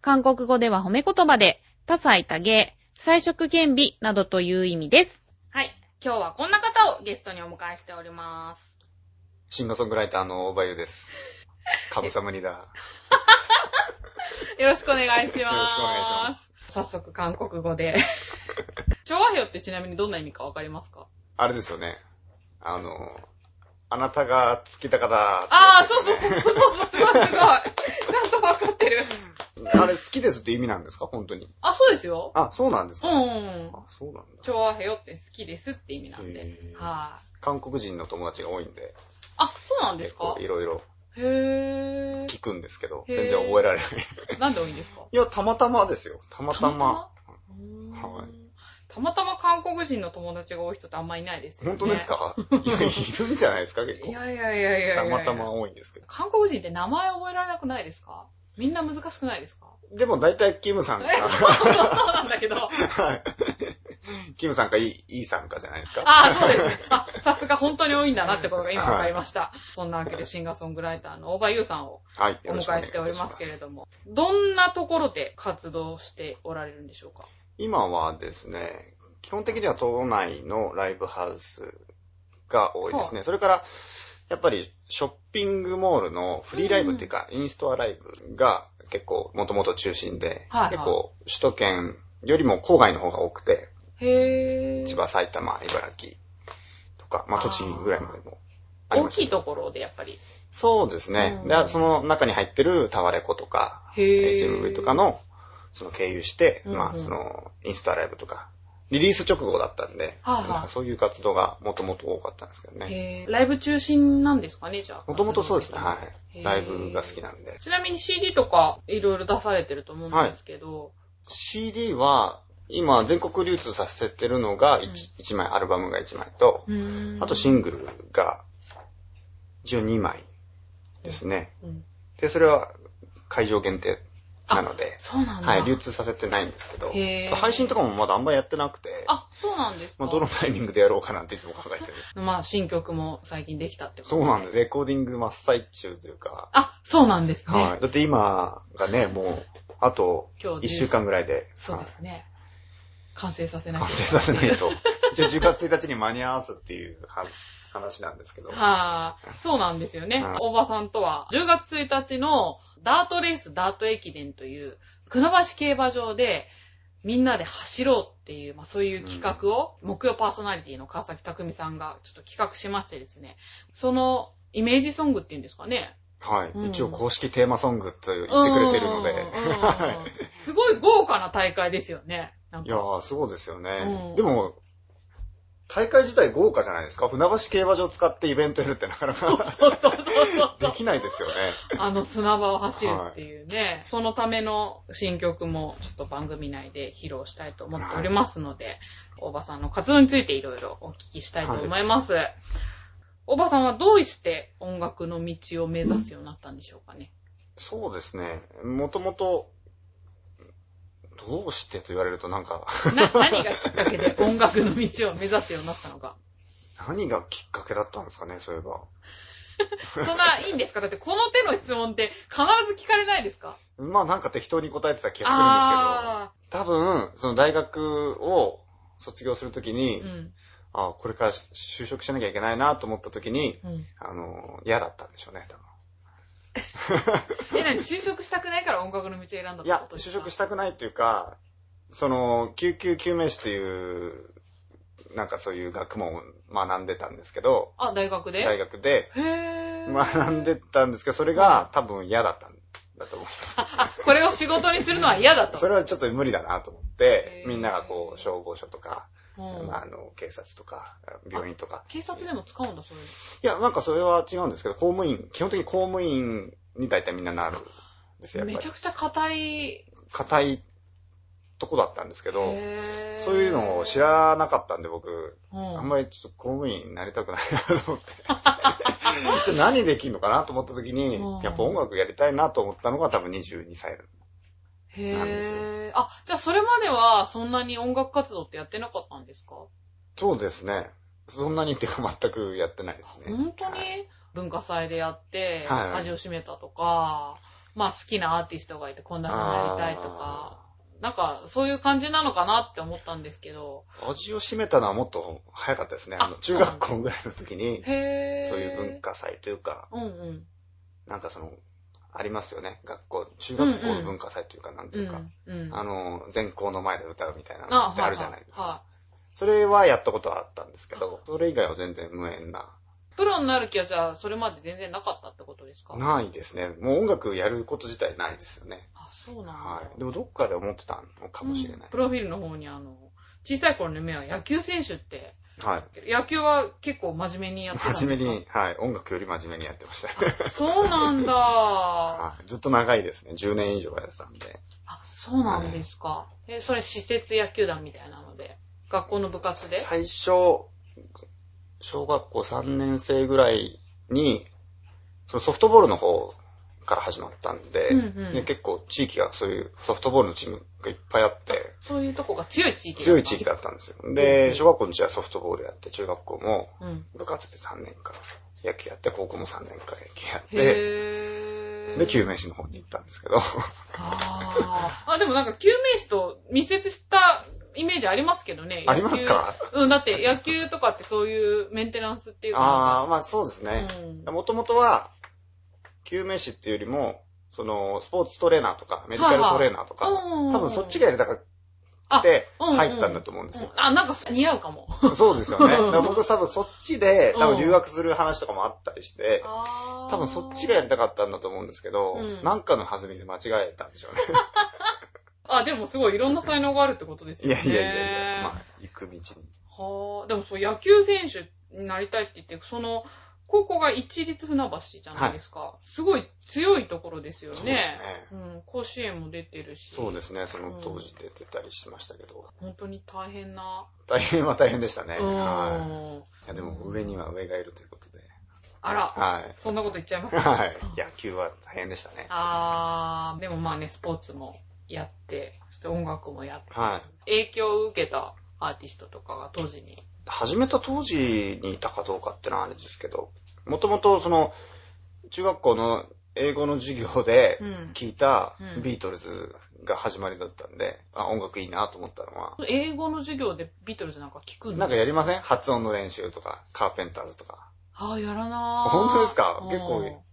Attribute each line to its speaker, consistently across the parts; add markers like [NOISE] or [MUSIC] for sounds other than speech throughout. Speaker 1: 韓国語では褒め言葉で、多彩多芸、彩色兼美などという意味です。はい。今日はこんな方をゲストにお迎えしております。
Speaker 2: シンガーソングライターの大場優です。
Speaker 1: [LAUGHS]
Speaker 2: かぶさむにだ。
Speaker 1: よろしくお願いします。。
Speaker 2: よろしくお願いします
Speaker 1: 早速、韓国語で。 [LAUGHS] 調和表ってちなみにどんな意味かわかりますか
Speaker 2: あれですよね。あの、あなたが好きだからって
Speaker 1: ああ、 [LAUGHS]
Speaker 2: やつ
Speaker 1: そうそうそうそうそう、すごいすごい。ちゃんとわかってる。
Speaker 2: あれ好きですって意味なんですか本当に。
Speaker 1: あ、そうですよ。
Speaker 2: あ、そうなんです
Speaker 1: う
Speaker 2: か、
Speaker 1: んうんうん。
Speaker 2: あ、そうなんだ。
Speaker 1: 調和表って好きですって意味なんで。はい、
Speaker 2: へー韓国人の友達が多いんで、
Speaker 1: あ、そうなんです
Speaker 2: 結
Speaker 1: か
Speaker 2: 構いろいろ
Speaker 1: へー。
Speaker 2: 聞くんですけど、
Speaker 1: へー
Speaker 2: 全然覚えら
Speaker 1: [LAUGHS]
Speaker 2: れない。
Speaker 1: なんで多いんですか
Speaker 2: いや、たまたまですよ。たまたま。
Speaker 1: たまたま,、
Speaker 2: はい
Speaker 1: たまたま韓国人の友達が多い人ってあんまいないですよね。
Speaker 2: 本当ですか、いや、いるんじゃないですか結
Speaker 1: い
Speaker 2: 構。
Speaker 1: やいやいやいやいや
Speaker 2: た
Speaker 1: いや
Speaker 2: またま多いんですけど。
Speaker 1: 韓国人って名前覚えられなくないですかみんな難しくないですか
Speaker 2: でも大体キムさんか、
Speaker 1: [LAUGHS] そうなんだけど。あ
Speaker 2: はいキムさんかイイーさんかじゃないですか
Speaker 1: あ、そうです
Speaker 2: [LAUGHS]
Speaker 1: ね。あ、さすが本当に多いんだなってことが今分かりました。そんなわけでシンガーソングライターの大場優さんを
Speaker 2: はい。
Speaker 1: お
Speaker 2: よろしく
Speaker 1: 迎えしておりますけれども、どんなところで活動しておられるんでしょうか
Speaker 2: 今はですね、基本的には都内のライブハウスが多いですね。それから、やっぱりショッピングモールのフリーライブっていうか、インストアライブが結構もともと中心で、
Speaker 1: はいはい
Speaker 2: 結構首都圏よりも郊外の方が多くて、
Speaker 1: へー。
Speaker 2: 千葉、埼玉、茨城とか、まあ
Speaker 1: あー
Speaker 2: 栃木ぐらいまでもあり
Speaker 1: 大
Speaker 2: ました
Speaker 1: きいところでやっぱり。
Speaker 2: そうですね。
Speaker 1: うん
Speaker 2: でその中に入ってるタワレコとか、
Speaker 1: へー。
Speaker 2: HMV とかの、その経由して、
Speaker 1: うんうん
Speaker 2: まあ、その、インスタライブとか、リリース直後だったんで、
Speaker 1: はいはい
Speaker 2: なんかそういう活動がもともと多かったんですけどね。
Speaker 1: へーライブ中心なんですかね、じゃあ。
Speaker 2: もともとそうですね、は
Speaker 1: へー
Speaker 2: い。ライブが好きなんで。
Speaker 1: ちなみに CD とかいろいろ出されてると思うんですけど、
Speaker 2: CD は、今、全国流通させてるのが 1,、一枚、アルバムが1枚と、
Speaker 1: うーん
Speaker 2: あとシングルが12枚ですね。
Speaker 1: うん
Speaker 2: で、それは会場限定なので、
Speaker 1: そうなんだ。
Speaker 2: はい、流通させてないんですけど
Speaker 1: へー、
Speaker 2: 配信とかもまだあんまやってなくて、
Speaker 1: あ、そうなんですか。
Speaker 2: まあ、どのタイミングでやろうかなんていつも考えてるんです。
Speaker 1: まあ、新曲も最近できたってこと。
Speaker 2: そうなんですす。レコーディング真っ最中というか。
Speaker 1: あ、そうなんですね。
Speaker 2: はい。だって今がね、もう、あと、
Speaker 1: 今日
Speaker 2: 1週間ぐらいで、
Speaker 1: そうですね。完成させ
Speaker 2: は
Speaker 1: ないき
Speaker 2: 完
Speaker 1: ゃ
Speaker 2: 成させないと。一応10月1日に間に合わすっていうは話なんですけど。
Speaker 1: はあ、そうなんですよね
Speaker 2: はい。
Speaker 1: 大場さんとは、10月1日のダートレースダート駅伝という、船橋競馬場で、みんなで走ろうっていう、まあそういう企画を、木曜パーソナリティの川崎匠さんがちょっと企画しましてですね、そのイメージソングっていうんですかね。
Speaker 2: はい、
Speaker 1: うん
Speaker 2: 一応公式テーマソングと言ってくれてるので。
Speaker 1: うんうんうん
Speaker 2: [LAUGHS] は
Speaker 1: すごい豪華な大会ですよね。なん
Speaker 2: い。いや
Speaker 1: か
Speaker 2: ー、すごいですよね。
Speaker 1: うん
Speaker 2: でも、大会自体豪華じゃないですか。船橋競馬場使ってイベントやるってなかなか
Speaker 1: そうそうそうそ
Speaker 2: で
Speaker 1: う。
Speaker 2: きないですよね。
Speaker 1: [LAUGHS] あの砂場を走るっていうね、そのための新曲もちょっと番組内で披露したいと思っておりますので、大場さんの活動についていろいろお聞きしたいと思います。大場さんはどうして音楽の道を目指すようになったんでしょうかね。
Speaker 2: そうですね。もともと、どうしてと言われるとなんか、 [LAUGHS]
Speaker 1: な、何がきっかけで音楽の道を目指すようになった
Speaker 2: [LAUGHS]
Speaker 1: のか。
Speaker 2: 何がきっかけだったんですかね、そういえば。
Speaker 1: そんないいんですかだってこの手の質問って必ず聞かれないですか
Speaker 2: まあなんか適当に答えてた気がするんで
Speaker 1: あ
Speaker 2: すけど、多分、その大学を卒業するとき
Speaker 1: あ
Speaker 2: に、
Speaker 1: ー。うん。
Speaker 2: あこれから就職しなきゃいけないなと思ったときに、
Speaker 1: うん。
Speaker 2: あの、嫌だったんでしょうね、多分。
Speaker 1: え、何就職したくないから音楽の道を選んだってこ
Speaker 2: い
Speaker 1: と
Speaker 2: や、就職したくないというか、その、救急救命士という、なんかそういう学問を学んでたんですけど、
Speaker 1: た。あ、大学で
Speaker 2: 大学で、
Speaker 1: へぇ
Speaker 2: 学んでたんですけど、それが多分嫌だったんだと思
Speaker 1: あ、これを仕事にするのは嫌だ
Speaker 2: う。
Speaker 1: と。
Speaker 2: それはちょっと無理だなと思って
Speaker 1: へ、ー
Speaker 2: みんながこう、消防署とか、
Speaker 1: うん
Speaker 2: まあ、あの、警察とか、病院とか。
Speaker 1: 警察でも使うんだ、そういうの。
Speaker 2: いや、なんかそれは違うんですけど、公務員、基本的に公務員に大体みんななるんですよ、やっ
Speaker 1: め
Speaker 2: ぱ
Speaker 1: ち
Speaker 2: り
Speaker 1: ゃ。くちゃ硬い。
Speaker 2: 硬いととこだったんですけど、
Speaker 1: へー
Speaker 2: そういうのを知らなかったんで僕、
Speaker 1: うん
Speaker 2: あんまりちょっと公務員になりたくないなと思
Speaker 1: [LAUGHS]
Speaker 2: って。じゃあ何できんのかなと思った時に
Speaker 1: うん、
Speaker 2: やっぱ音楽やりたいなと思ったのが多分22歳。なんですよ
Speaker 1: へー。あ、じゃあそれまではそんなに音楽活動ってやってなかったんですか
Speaker 2: そうですね。そんなにっていうか全くやってないですね。
Speaker 1: 本当に
Speaker 2: はい
Speaker 1: 文化祭でやって、
Speaker 2: はいはい
Speaker 1: 味を占めたとか、まあ好きなアーティストがいてこんな風になりたいとか、なんかそういう感じなのかなって思ったんですけど。
Speaker 2: あー。味を占めたのはもっと早かったですね。あの
Speaker 1: あ
Speaker 2: 中学校ぐらいの時に、
Speaker 1: へー。
Speaker 2: そういう文。化祭というか、
Speaker 1: うんうん。
Speaker 2: なんかその、ありますよね。学校、中学校の文化祭というか、なんて
Speaker 1: う
Speaker 2: いうか、
Speaker 1: んうん。
Speaker 2: あの、全校の前で歌うみたいな
Speaker 1: あ
Speaker 2: のってあるじゃないですか。
Speaker 1: はいは
Speaker 2: それはやったことはあったんですけど、それ以外は全然無縁な。
Speaker 1: いプロになる気はじゃあそれまで全然なかったってことですか
Speaker 2: ないですね。もう音楽やること自体ないですよね。
Speaker 1: あ、そうなんだ。
Speaker 2: はい。でもどっかで思ってたのかもしれな
Speaker 1: うん
Speaker 2: い。
Speaker 1: プロフィールの方にあの、小さい頃の夢は野球選手って、
Speaker 2: はい。
Speaker 1: 野球は結構真面目にやってたんです
Speaker 2: 真
Speaker 1: か
Speaker 2: 面目に、はい。音楽より真面目にやってました。
Speaker 1: そうなんだ。あ、
Speaker 2: [LAUGHS] はいずっと長いですね。10年以上はやってたんで。
Speaker 1: そうなんですか。え、それ施設野球団みたいなので、学校の部活で。
Speaker 2: 最初、小学校3年生ぐらいに、そのソフトボールの方から始まったんで、
Speaker 1: うんうん
Speaker 2: で結構地域がそういうソフトボールのチームがいっぱいあって、
Speaker 1: そういうとこが強い地域だった
Speaker 2: 強い地域だったんですよ。
Speaker 1: うん
Speaker 2: で、小学校の時はソフトボールやって、中学校も
Speaker 1: うん。
Speaker 2: 部活で3年間野球やって、高校も3年間野球やって、
Speaker 1: へー。
Speaker 2: で、救命士の方に行ったんですけ
Speaker 1: [LAUGHS]
Speaker 2: ど、
Speaker 1: あーあ、でもなんか救命士と密接したイメージありますけどね。
Speaker 2: [LAUGHS] ありますか
Speaker 1: 野球うん、だって野球とかってそういうメンテナンスっていう
Speaker 2: あ
Speaker 1: か
Speaker 2: あ、まあそうです
Speaker 1: なん
Speaker 2: ね
Speaker 1: か。。うん。
Speaker 2: もともとは、救命士っていうよりも、その、スポーツトレーナーとか、メディカルトレーナーとか、
Speaker 1: うん
Speaker 2: 多分そっちがやりたく
Speaker 1: あ
Speaker 2: て、
Speaker 1: うんうん
Speaker 2: 入ったんだと思うんですよ。
Speaker 1: あ、なんか似合うかも。
Speaker 2: そうです
Speaker 1: [LAUGHS]
Speaker 2: よね。だ
Speaker 1: うん
Speaker 2: から僕多分そっちで、
Speaker 1: うん
Speaker 2: 多分留学する話とかもあったりして、
Speaker 1: あー
Speaker 2: 多分そっちがやりたかったんだと思うんですけど、
Speaker 1: うん
Speaker 2: なんかの弾みで間違えたんでしょうね。
Speaker 1: あ、でもすごいいろんな才能があるってことです
Speaker 2: い
Speaker 1: よね
Speaker 2: や。いやいやいや、まあ、行く道に。
Speaker 1: はあ、でもそう野球選手になりたいって言って、その、高校が一律船橋じゃないですか。すごい強いところですよね。
Speaker 2: そうです
Speaker 1: うん、甲子園も出てるし。
Speaker 2: そうですね、その当時出てたりしましたけど、
Speaker 1: 本当に大変な。
Speaker 2: 大変は大変でしたね。
Speaker 1: うん
Speaker 2: はい。いやでも上には上がいるということで、
Speaker 1: あら、
Speaker 2: はい。
Speaker 1: そんなこと言っちゃいますか
Speaker 2: はい。 [LAUGHS] 野球は大変でしたね。
Speaker 1: あー、でもまあね、スポーツもやって、そして音楽もやって、
Speaker 2: はい。
Speaker 1: 影響を受けたアーティストとかが当時に。
Speaker 2: 始めた当時にいたかどうかってのはあれですけど、もともとその、中学校の英語の授業で
Speaker 1: うん
Speaker 2: 聞いた
Speaker 1: うん
Speaker 2: ビートルズが始まりだったんで、あ、音楽いいなと思ったのは、
Speaker 1: 英語の授業でビートルズなんか聞くん
Speaker 2: なんかやりません発音の練習とか、カーペンターズとか。
Speaker 1: ああ、やらなー
Speaker 2: 本当ですか
Speaker 1: うん
Speaker 2: 結構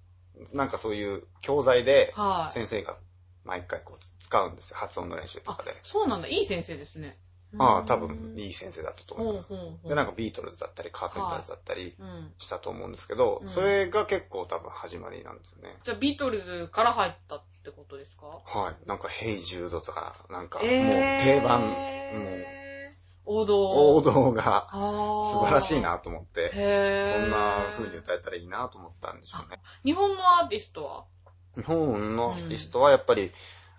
Speaker 2: なんかそういう教材で
Speaker 1: はい。
Speaker 2: 先生が毎回こう使うんですよ。発音の練習と
Speaker 1: あ
Speaker 2: かで。、
Speaker 1: そうなんだ。いい先生ですね。
Speaker 2: ああ、多分
Speaker 1: い
Speaker 2: いい先生だったと思い
Speaker 1: ほう
Speaker 2: ます。
Speaker 1: ほうほう。
Speaker 2: で、なんかビートルズだったり、カーペンターズだったり、
Speaker 1: うん。
Speaker 2: したと思うんですけど、
Speaker 1: うん
Speaker 2: それが結構多分始まりなんですよね。
Speaker 1: じゃあ、ビートルズから入ったってことですか
Speaker 2: はい。なんか、ヘイジュードとか、なんか、もう
Speaker 1: えー
Speaker 2: 定番、もう
Speaker 1: 王道。
Speaker 2: 王道が
Speaker 1: あー
Speaker 2: 素晴らしい。なと思って、こ
Speaker 1: へー
Speaker 2: んな風に歌えたらいいなと思ったんでしょうね。
Speaker 1: 日本のアーティストは
Speaker 2: 日本のアーティストはやっぱり、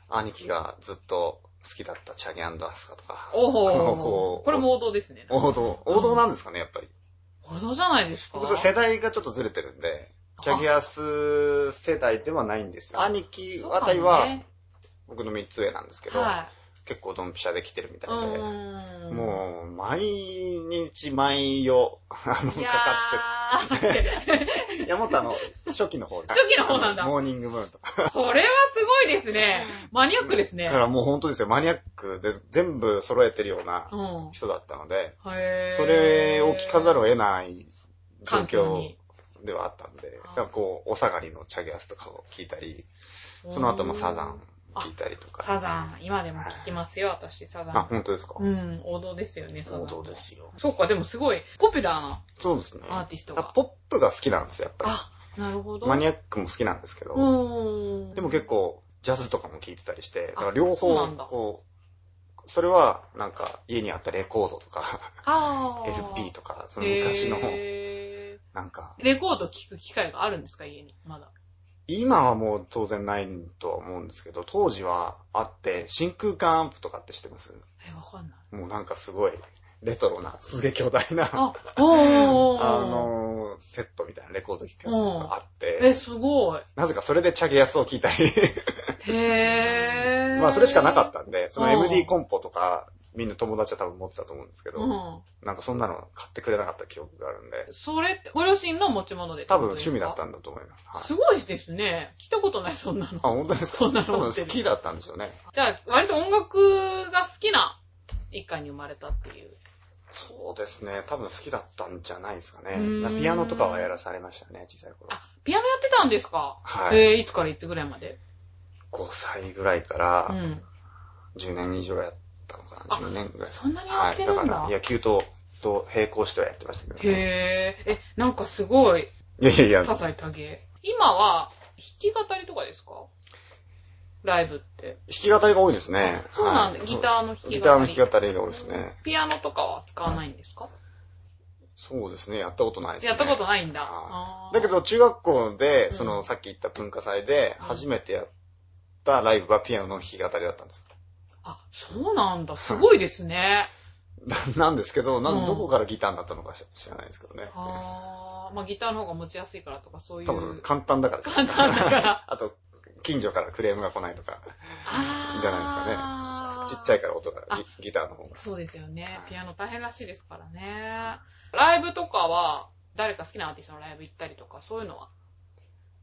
Speaker 2: 兄貴がずっと好きだったチャゲアンドアスカとか、
Speaker 1: お
Speaker 2: こう
Speaker 1: ほ
Speaker 2: こ
Speaker 1: ー
Speaker 2: う
Speaker 1: これも王道ですね。
Speaker 2: 王道、王道なんですかね、やっぱり。
Speaker 1: 王道じゃないですか
Speaker 2: 僕と世代がちょっとずれてるんで、チャゲアス世代ではないんですよ。
Speaker 1: あ
Speaker 2: 兄貴
Speaker 1: そうか
Speaker 2: あ
Speaker 1: も
Speaker 2: たりは、
Speaker 1: ね
Speaker 2: 僕の3つ上なんですけど、
Speaker 1: は
Speaker 2: 結構ドンピシャで来てるみ
Speaker 1: い。
Speaker 2: たいで、
Speaker 1: うん
Speaker 2: もう、毎日毎夜、あの、
Speaker 1: いや
Speaker 2: か
Speaker 1: ー
Speaker 2: かって、いや、もっとあの、初期の方
Speaker 1: [LAUGHS] 初期の方なんだ
Speaker 2: あのモーニングムーンとか。
Speaker 1: [LAUGHS] それはすごいですね。マニアックですね
Speaker 2: だか。らもう本当ですよ、マニアックで全部揃えてるような
Speaker 1: うん。
Speaker 2: 人だったので、
Speaker 1: へー
Speaker 2: それを聞かざるを得ない状
Speaker 1: 環境
Speaker 2: 況
Speaker 1: に
Speaker 2: ではあったんで、
Speaker 1: あー
Speaker 2: だからこう、お下がりのチャゲアスとかを聞いたり、その後もサザン聞いたりとか。
Speaker 1: サザン、今でも聞きますよ、私、サザ
Speaker 2: あ、
Speaker 1: ン。
Speaker 2: 本当ですか、
Speaker 1: うん、王道ですよね、サザン。
Speaker 2: 王道で。すよ。
Speaker 1: そうか、でもすごい、ポピュラ
Speaker 2: そうですね
Speaker 1: ー。なアーティスト
Speaker 2: だから
Speaker 1: が。
Speaker 2: ポップが好きなんですよ、やっぱり。
Speaker 1: あ、なるほど。
Speaker 2: マニ
Speaker 1: ア
Speaker 2: アックも好きなんですけど、
Speaker 1: うん。
Speaker 2: でも結構、ジャズとかも聴いてたりして、だから
Speaker 1: あ
Speaker 2: 両
Speaker 1: そうな
Speaker 2: 方
Speaker 1: んだ、
Speaker 2: こう、それは、なんか、家にあったレコードとか、
Speaker 1: あー
Speaker 2: LP とか、その昔の、
Speaker 1: へ
Speaker 2: なんか、
Speaker 1: ーレコード聞く機会があるんですか、家に、まだ。
Speaker 2: 今はもう当然ないとは思うんですけど、当時はあって、真空管アンプとかって知ってます
Speaker 1: え、わかんない。
Speaker 2: もうなんかすごい、レトロな、すげえ巨大な、 [LAUGHS] あ
Speaker 1: あ、おーおーおー
Speaker 2: のー、セットみたいなレコード聴かせとかあっ
Speaker 1: え、
Speaker 2: て、
Speaker 1: すごい。
Speaker 2: なぜかそれでチャゲヤスを聴いたり、
Speaker 1: へぇ
Speaker 2: [LAUGHS]
Speaker 1: ー。
Speaker 2: まあそれしかなかったたんで、その
Speaker 1: うん
Speaker 2: MD コンポとか、みんな友達は多分持ってたと思うんですけど、
Speaker 1: うん。
Speaker 2: なんかそんなの買ってくれなかった記憶があるんで、
Speaker 1: それって、ご両親の持ち物でって
Speaker 2: 多
Speaker 1: こ
Speaker 2: 分
Speaker 1: とです
Speaker 2: 趣
Speaker 1: か
Speaker 2: 味だったんだと思います。はい、
Speaker 1: すごいですね。聞いたことない、そんなの。
Speaker 2: あ、本当ですか
Speaker 1: そんなの
Speaker 2: 多
Speaker 1: 持
Speaker 2: 分
Speaker 1: ってる
Speaker 2: 好きだったんでしょうね。
Speaker 1: じゃあ、割と音楽が好きな一家に生まれたっていう。
Speaker 2: そうですね。多分好きだったんじゃないですかね
Speaker 1: うーん。
Speaker 2: ピアノとかはやらされましたね、小さい頃。
Speaker 1: あ、ピアノやってたんですか
Speaker 2: はい。
Speaker 1: えー、いつからいつぐらいまで
Speaker 2: 5歳ぐらいか
Speaker 1: う
Speaker 2: ら
Speaker 1: ん。
Speaker 2: 10年以上やったのかな。
Speaker 1: あ
Speaker 2: 10年ぐらい。
Speaker 1: そんなにや
Speaker 2: は
Speaker 1: っ
Speaker 2: い。
Speaker 1: て
Speaker 2: だ
Speaker 1: るんだ。
Speaker 2: から野球と、と並行してはやってましたけど、ね。
Speaker 1: へぇー。え、なんかすごい、
Speaker 2: いやいやいや、
Speaker 1: 多
Speaker 2: 弾
Speaker 1: 彩多芸。今は、弾き語りとかですかライブって。
Speaker 2: き語りが多いですね。
Speaker 1: そうなんだ。
Speaker 2: はい
Speaker 1: ギターの弾き語り。
Speaker 2: ギターの弾き語りが多いですね。
Speaker 1: ピアノとかは使わないんですか
Speaker 2: そうですね。やったことないですね。
Speaker 1: やったことないんだ。あ
Speaker 2: は
Speaker 1: ー
Speaker 2: だけ、ど、中学校で、
Speaker 1: うん
Speaker 2: その、さっき言った文化祭で、
Speaker 1: うん
Speaker 2: 初めてやったライブがピアノの弾き語りだったんです [LAUGHS] よ。
Speaker 1: あ、そうなんだ。すごいですね。
Speaker 2: ななんですけど、な
Speaker 1: うん
Speaker 2: んどこからギターになったのかし知らないですけどね。
Speaker 1: あーまあギターの方が持ちやすいからとかそういう。
Speaker 2: 多分、簡単だからじゃ [LAUGHS] ない
Speaker 1: 簡単だから。
Speaker 2: あと、近所からクレームが来ないとか、
Speaker 1: あー
Speaker 2: じゃないですかねちっちゃい。から音が
Speaker 1: あ
Speaker 2: ギ、ギターの方が。
Speaker 1: そうですよね。ピアノ大変らしいですからね。ライブとかは、誰か好きなアーティストのライブ行ったりとか、そういうのは。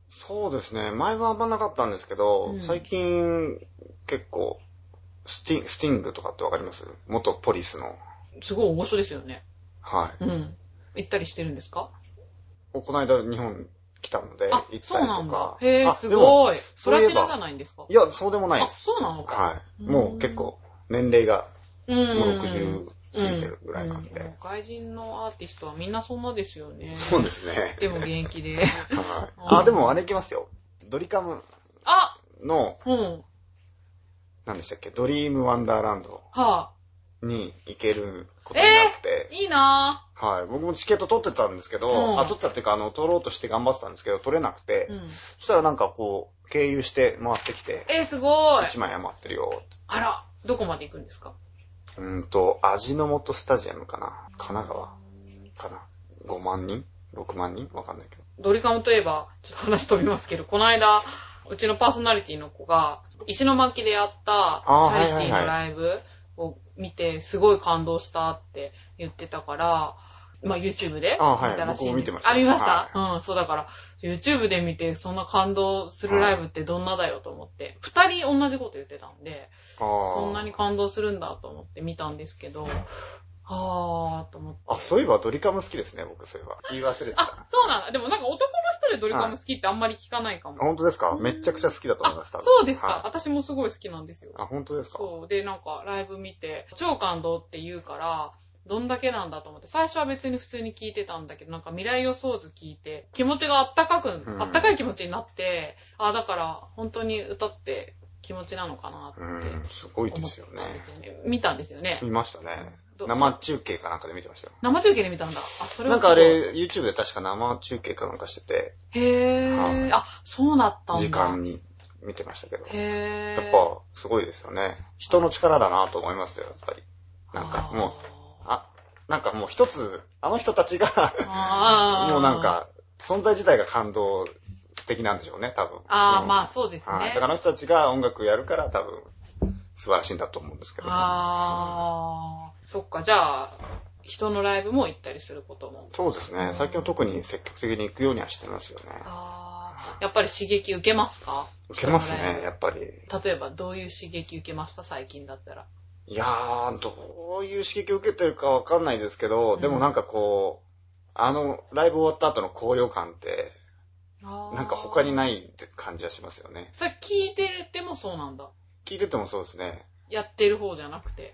Speaker 2: そうですね。前はあんまなかったんですけど、
Speaker 1: うん
Speaker 2: 最近、結構、スティン、スティングとかってわかります元ポリスの。
Speaker 1: すごい大御所ですよね。
Speaker 2: はい。
Speaker 1: うん。行ったりしてるんですか
Speaker 2: この間日本来たので、行
Speaker 1: あ
Speaker 2: った、りと
Speaker 1: そうなんだ
Speaker 2: か。。
Speaker 1: へぇ、
Speaker 2: あ
Speaker 1: す
Speaker 2: でも
Speaker 1: ごい。ブ
Speaker 2: そう
Speaker 1: ラ
Speaker 2: いえば
Speaker 1: ジルじゃないんですか
Speaker 2: いや、そうでもないで
Speaker 1: あ、
Speaker 2: す。
Speaker 1: そうなのか。
Speaker 2: はい。
Speaker 1: うん
Speaker 2: もう結構、年齢が
Speaker 1: う。
Speaker 2: もうん60過ぎてるぐらいなん
Speaker 1: うんう
Speaker 2: で
Speaker 1: ん。外人のアーティストはみんなそんなですよね。
Speaker 2: そうですね。
Speaker 1: でも現役で。 [LAUGHS]
Speaker 2: はい。
Speaker 1: う
Speaker 2: [LAUGHS]
Speaker 1: ん
Speaker 2: あ、でもあれ行きますよ。ドリカム
Speaker 1: あ、
Speaker 2: の、
Speaker 1: うん。は
Speaker 2: 何でしたっけ、ドリームワンダーランド
Speaker 1: ぁ、
Speaker 2: に行けることになって、
Speaker 1: いいな
Speaker 2: はい。僕もチケット取ってたんですけど、
Speaker 1: うん
Speaker 2: あ、取ってたっていうか、あの、取ろうとして頑張ってたんですけど、取れなくて、
Speaker 1: ぁ。うん。
Speaker 2: そしたらなんかこう、経由して回ってきて、
Speaker 1: えー、すごい。
Speaker 2: 1枚余ってるよ。
Speaker 1: あら、どこまで行くんですか
Speaker 2: うーんと、味の素スタジアムかな神奈川かな ?5 万人 ?6 万人わかんないけど。
Speaker 1: ドリカムといえば、ちょっと話飛びますけど、この間、うちのパーソナリティの子が、石巻でやったチ
Speaker 2: あー
Speaker 1: ャリティー
Speaker 2: は
Speaker 1: の
Speaker 2: いは
Speaker 1: ライブを見て、すごい感動したって言ってたから、まあ YouTube で見
Speaker 2: あーはい
Speaker 1: たらしいんです
Speaker 2: 僕も見てました
Speaker 1: あ、見ました、
Speaker 2: は
Speaker 1: うん、そうだから、YouTube で見て、そんな感動するライブってどんなだよと思って、二人同じこと言ってたんで、
Speaker 2: あー
Speaker 1: そんなに感動するんだと思って見たんですけど、あーと思って。
Speaker 2: あ、そういえばドリカム好きですね、僕、そういえば。言い忘れてた。
Speaker 1: あ、そうなんだ。でもなんか男の人でドリカム好きってあんまり聞かないかも。
Speaker 2: 本当ですか
Speaker 1: うん
Speaker 2: めっちゃくちゃ好きだと思います、多分。
Speaker 1: そうですか、
Speaker 2: はい
Speaker 1: 私もすごい好きなんですよ。
Speaker 2: あ、本当ですか
Speaker 1: そう。で、なんかライブ見て、超感動って言うから、どんだけなんだと思って、最初は別に普通に聞いてたんだけど、なんか未来予想図聞いて、気持ちがあったかく、
Speaker 2: ん
Speaker 1: あったかい気持ちになって、あ、だから本当に歌って気持ちなのかなって
Speaker 2: う
Speaker 1: 思
Speaker 2: ん、すごい
Speaker 1: ったん
Speaker 2: で
Speaker 1: ですす
Speaker 2: よ
Speaker 1: よ
Speaker 2: ね
Speaker 1: ね。。見たんですよね。
Speaker 2: 見ましたね。
Speaker 1: ど
Speaker 2: 生中継かなんかで見てましたよ。
Speaker 1: 生中継で見たんだ。あ、それは
Speaker 2: なん
Speaker 1: すご
Speaker 2: か
Speaker 1: い
Speaker 2: あれ、YouTube で確か生中継かなんかしてて、
Speaker 1: へ
Speaker 2: は
Speaker 1: ぇ
Speaker 2: い
Speaker 1: ー。あ、そうなったんだ。
Speaker 2: 時間に見てましたけど。やっ
Speaker 1: へぇー。
Speaker 2: ぱ、すごいですよね。人の力だなと思いますよ、やっぱり。なんか、もう、あ、なんかもう一つ、あの人たちが、
Speaker 1: う、あー
Speaker 2: もうなん、か、存在自体が感動的なんでしょうね、多分。
Speaker 1: あーあー、
Speaker 2: うん
Speaker 1: まあそうですね。
Speaker 2: はい。だからあの人たちが音楽やるから多分、素晴らしいんだと思うんですけど。
Speaker 1: ああ、そっか、じゃあ、人のライブも行ったりすることも。
Speaker 2: そうですね。最近は特に積極的に行くようにはしてますよね。
Speaker 1: ああ、やっぱり刺激受けますか
Speaker 2: 受けます
Speaker 1: 人のライ
Speaker 2: ね、やっぱり。
Speaker 1: ブ例えば、どういう刺激受けました最近だったら。
Speaker 2: いやー、どういう刺激を受けてるかわかんないですけど、でもなんかこう、あの、ライブ終わった後の高揚感って、
Speaker 1: な。
Speaker 2: なんか他にないいって感じはしますよね。
Speaker 1: それ聞いてるってもそうなんだ。
Speaker 2: 聞いててもそうですね。
Speaker 1: やってる方じゃなくて。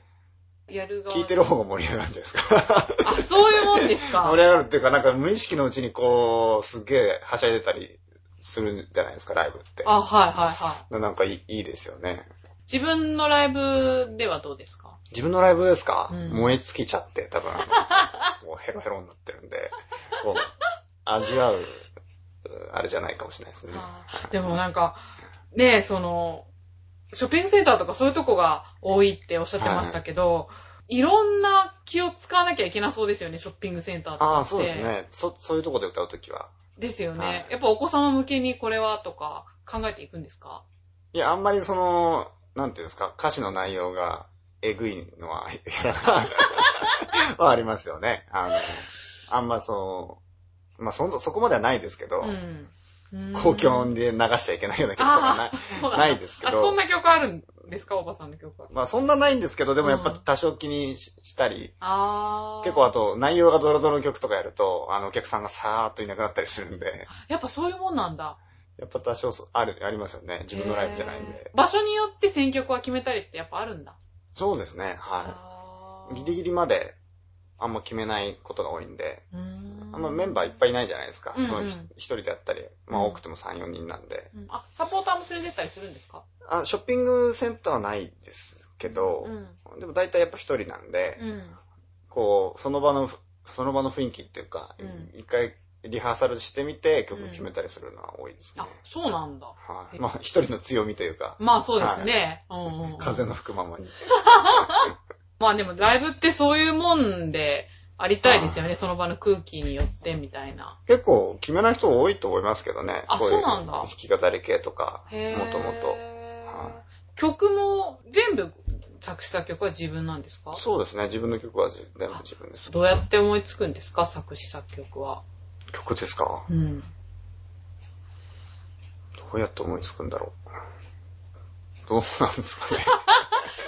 Speaker 1: やる側。
Speaker 2: 聞いてる方が盛り上がるんじゃないですか。
Speaker 1: あ、そういうもんですか。
Speaker 2: [LAUGHS] 盛り上がるっていうか、なんか無意識のうちにこう、すっげえはしゃいでたりするじゃないですか、ライブって。
Speaker 1: あ、はいはいはい。
Speaker 2: なんかいいいいですよね。
Speaker 1: 自分のライブではどうですか
Speaker 2: 自分のライブですか、
Speaker 1: うん
Speaker 2: 燃え尽きちゃって、
Speaker 1: [LAUGHS]
Speaker 2: 多分、あのもうヘロヘロになってるんで、こう、味わうあれじゃないかもしれないですね。
Speaker 1: あーでもなんか、ねえ、その、ショッピングセンターとかそういうとこが多いっておっしゃってましたけど、いろんな気を使わなきゃいけなそうですよね、ショッピングセンターとかって。
Speaker 2: ああ、そうです。ね。そ、そういうとこで歌うときは。
Speaker 1: ですよ
Speaker 2: はい
Speaker 1: ね。やっぱお子様向けにこれはとか考えていくんですか
Speaker 2: いや、あんまりその、なんていうんですか、歌詞の内容がえぐいのは、 [LAUGHS] はありますよね。あの、あんまそう、まあそん、そこまではないですけど、
Speaker 1: うん。うん
Speaker 2: 公共で流しちゃいけないような曲とかない。
Speaker 1: そうだ
Speaker 2: ないですけど
Speaker 1: あ、そんな曲あるんですかおばさんの曲は。
Speaker 2: まあそんなないんですけど、でもやっぱ
Speaker 1: うん
Speaker 2: 多少気にししたり、
Speaker 1: あー。
Speaker 2: 結構あと内容がドロドロの曲とかやると、あのお客さんがさーっといなくなったりするんで、
Speaker 1: やっぱそういうもんなんだ。
Speaker 2: やっぱ多少そうある、ありますよね。自分のライブじゃないんで
Speaker 1: へ。ー場所によって選曲は決めたりってやっぱあるんだ。
Speaker 2: そうですね、は
Speaker 1: あ
Speaker 2: い。ギリギリまであんま決めないことが多いんで、
Speaker 1: リ。うーん。
Speaker 2: あんまメンバーいっぱいいないじゃないですか。
Speaker 1: うんうん
Speaker 2: そのひ一人であったり、まあ
Speaker 1: うん
Speaker 2: 多くても3、4人なんで。
Speaker 1: うんあ、サポーターも連れてったりするんですか
Speaker 2: あ、ショッピングセンターはないですけど
Speaker 1: う、ん。
Speaker 2: でも大体やっぱ一人なんで、
Speaker 1: うん。
Speaker 2: こう、その場の、その場の雰囲気っていうか
Speaker 1: うん、
Speaker 2: 一回リハーサルしてみて曲決めたりするのは多いですね
Speaker 1: あ。、そうなんだ。
Speaker 2: はい。まあ一人の強みというか、
Speaker 1: まあそうですね。うんうんうん。
Speaker 2: 風の吹くままに。
Speaker 1: まあでもライブってそういうもんでありたいですよね。その場の空気によってみたいな。
Speaker 2: 結構決めない人多いと思いますけどね。
Speaker 1: あ
Speaker 2: こい
Speaker 1: そうなんだ
Speaker 2: 弾き語り系とか、
Speaker 1: へー
Speaker 2: もともと。は
Speaker 1: 曲も全部作詞作曲は自分なんですか
Speaker 2: そうですね。自分の曲は全部自分です。
Speaker 1: どうやって思いつくんですか作詞作曲は。
Speaker 2: 曲ですか
Speaker 1: うん。
Speaker 2: どうやって思いつくんだろう。どうなんです
Speaker 1: [LAUGHS]
Speaker 2: かね。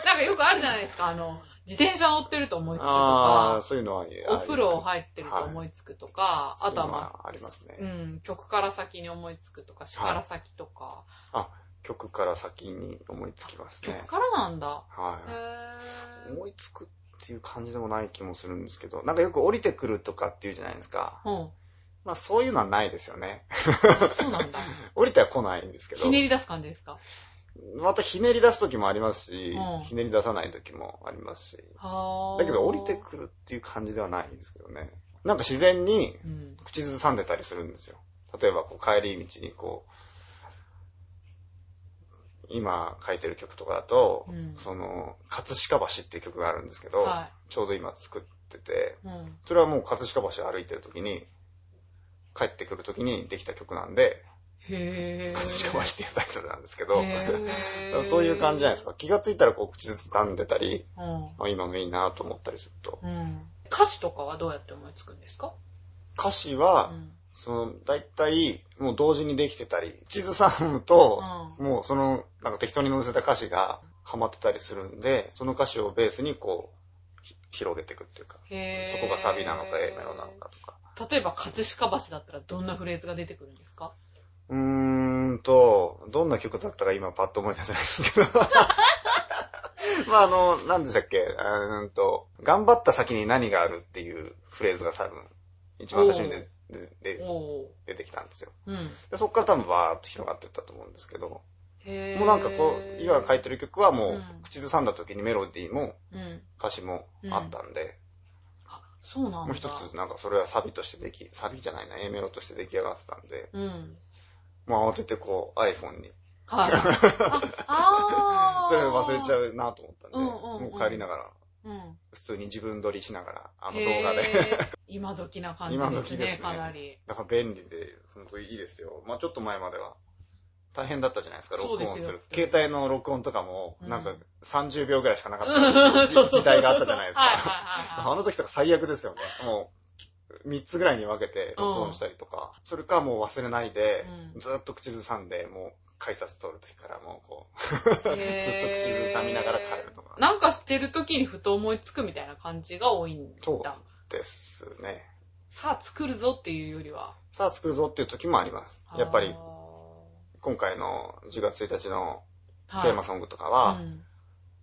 Speaker 1: なんかよくあるじゃないですか。あの、自転車乗ってると思いつくと
Speaker 2: ああ、
Speaker 1: か、
Speaker 2: そういうのは
Speaker 1: お風呂
Speaker 2: っ
Speaker 1: 入ってると思いつくとか、あとはまあ、
Speaker 2: ありますね。
Speaker 1: うん、曲から先に思いつくとか、詞から先とか。
Speaker 2: 曲から先に思いつきますね
Speaker 1: 曲。からなんだ。へ
Speaker 2: は
Speaker 1: ぇ
Speaker 2: い。思いつくっていう感じでもない気もするんですけど、なんかよく降りてくるとかっていうじゃないですか。
Speaker 1: うん。
Speaker 2: まあそういうのはないですよね。 [LAUGHS]
Speaker 1: そうなんだ。
Speaker 2: 降りては来ないんです [LAUGHS] けど。
Speaker 1: ひねり出す感じですか
Speaker 2: またひねり出す時もありますし、
Speaker 1: うん
Speaker 2: ひねり出さない時もありますし。
Speaker 1: はぁ。
Speaker 2: だけど降りてくるっていう感じではないんですけどね。なんか自然に
Speaker 1: うん。
Speaker 2: 口ずさんでたりするんですよ。例えばこう帰り道にこう、今書いてる曲とかだと、
Speaker 1: うん
Speaker 2: その、葛飾橋っていう曲があるんですけど、
Speaker 1: は
Speaker 2: ちょうど今作ってて、
Speaker 1: い。うん。
Speaker 2: それはもう葛飾橋歩いてる時に、帰ってくる時にできた曲なんで、
Speaker 1: へぇー。
Speaker 2: 葛飾橋っていうタイトルなんですけど、だ
Speaker 1: へ
Speaker 2: か
Speaker 1: ぇ
Speaker 2: らそういう感じじゃないです
Speaker 1: か。
Speaker 2: か。気がついたらこう口ずさんでたり、
Speaker 1: うん。
Speaker 2: あ今もいいなと思ったりすると。
Speaker 1: うん。歌詞とかはどうやって思いつくんですか
Speaker 2: 歌詞
Speaker 1: う
Speaker 2: は、
Speaker 1: ん。
Speaker 2: その、だいたい、もう同時にできてたり、地図さむと、
Speaker 1: う
Speaker 2: もうその、なんか適当に載せた歌詞がハマってたりするんで、その歌詞をベースにこう、ひ広げていくっていうか、
Speaker 1: へぇー。
Speaker 2: そこがサビなのか A メロなのかとか。
Speaker 1: 例えば、葛飾橋だったらどんなフレーズが出てくるんですか
Speaker 2: うーんと、どんな曲だったか今パッと思い出せないですけど。 [LAUGHS] まあ、あの、何でしたっけうーんと、頑張った先に何があるっていうフレーズが多分、一番初めてでで
Speaker 1: おー。
Speaker 2: 出てきたんですよ。
Speaker 1: うん。
Speaker 2: でそこから多分バーっと広がっていったと思うんですけど、も
Speaker 1: へぇー。
Speaker 2: うなんかこう、今書いてる曲はも
Speaker 1: うん
Speaker 2: う、口ずさんだ時にメロディーも
Speaker 1: うん。
Speaker 2: 歌詞もあったんで、
Speaker 1: あ、そうなんだ。
Speaker 2: もう一つなんかそれはサビとしてでき、サビじゃないな、A メロとして出来上がってたんで、
Speaker 1: うん。
Speaker 2: もう慌ててこう iPhone に
Speaker 1: はい。あ
Speaker 2: [LAUGHS]
Speaker 1: あー。
Speaker 2: それ忘れちゃうなと思ったんで、
Speaker 1: うんうんうん
Speaker 2: もう帰りながら、
Speaker 1: うん。
Speaker 2: 普通に自分撮りしながら、あ
Speaker 1: あ
Speaker 2: の動画で。。
Speaker 1: 今時な感じですね。
Speaker 2: 今時ですね
Speaker 1: かなり。
Speaker 2: だから便利で、本当いいですよ。まあちょっと前までは。大変だったじゃないですか、録
Speaker 1: そうで
Speaker 2: 音
Speaker 1: すよ
Speaker 2: する。携帯の録音とかも、
Speaker 1: うん
Speaker 2: なんか30秒ぐらいしかなか
Speaker 1: う
Speaker 2: った
Speaker 1: ん
Speaker 2: 時
Speaker 1: そう [LAUGHS] そうそう
Speaker 2: 時代があったじゃないです
Speaker 1: はい
Speaker 2: か。
Speaker 1: はい
Speaker 2: あ
Speaker 1: はいはい。
Speaker 2: の時とか最悪ですよね。もう、3つぐらいに分けて録音したりとか、それかもう忘れないで、
Speaker 1: うん
Speaker 2: ずーっと口ずさんで、もう改札通る時からもうこう、
Speaker 1: へー
Speaker 2: [LAUGHS] ずっと口ずさみながら帰るとか
Speaker 1: なんかしてる時にふと思いつくみたいな感じが多いん
Speaker 2: そう
Speaker 1: だ。
Speaker 2: ですね。
Speaker 1: さあ作るぞっていうよりは。
Speaker 2: さあ作るぞっていう時もあります。やっぱり
Speaker 1: あー、
Speaker 2: 今回の10月1日の
Speaker 1: はい
Speaker 2: テーマソングとかは
Speaker 1: う、ん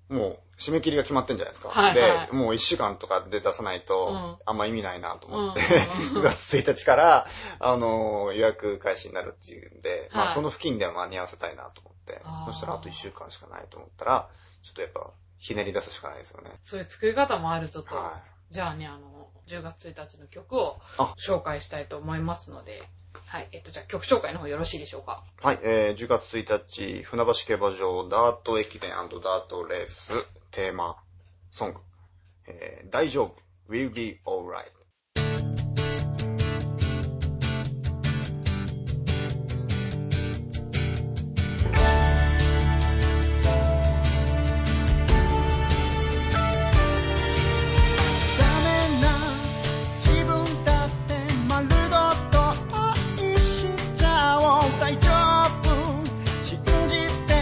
Speaker 2: もう締め切りが決まってんじゃないですか。
Speaker 1: はいはい
Speaker 2: で、もう1週間とかで出さないと、あんま意味ないなと思って、
Speaker 1: うん
Speaker 2: [LAUGHS] 9月1日から、あのー予約開始になるっていうんで、ま
Speaker 1: は
Speaker 2: あ
Speaker 1: い
Speaker 2: その付近では間に合わせたいなと思って
Speaker 1: あ、ー
Speaker 2: そしたらあと1週間しかないと思ったら、ちょっとやっぱ、ひねり出すしかないですよね。
Speaker 1: そういう作り方もあるぞと。
Speaker 2: は
Speaker 1: じゃあね、あの、10月1日の曲を
Speaker 2: あ
Speaker 1: 紹介したいと思いますので、はい。えっと、じゃあ曲紹介の方よろしいでしょうか。
Speaker 2: はい、えー10月1日、船橋競馬場ダート駅伝ダートレーステーマソング、えー大丈夫 will be alright。
Speaker 3: ダメな自分だって丸ごと愛しちゃおう大丈夫信じて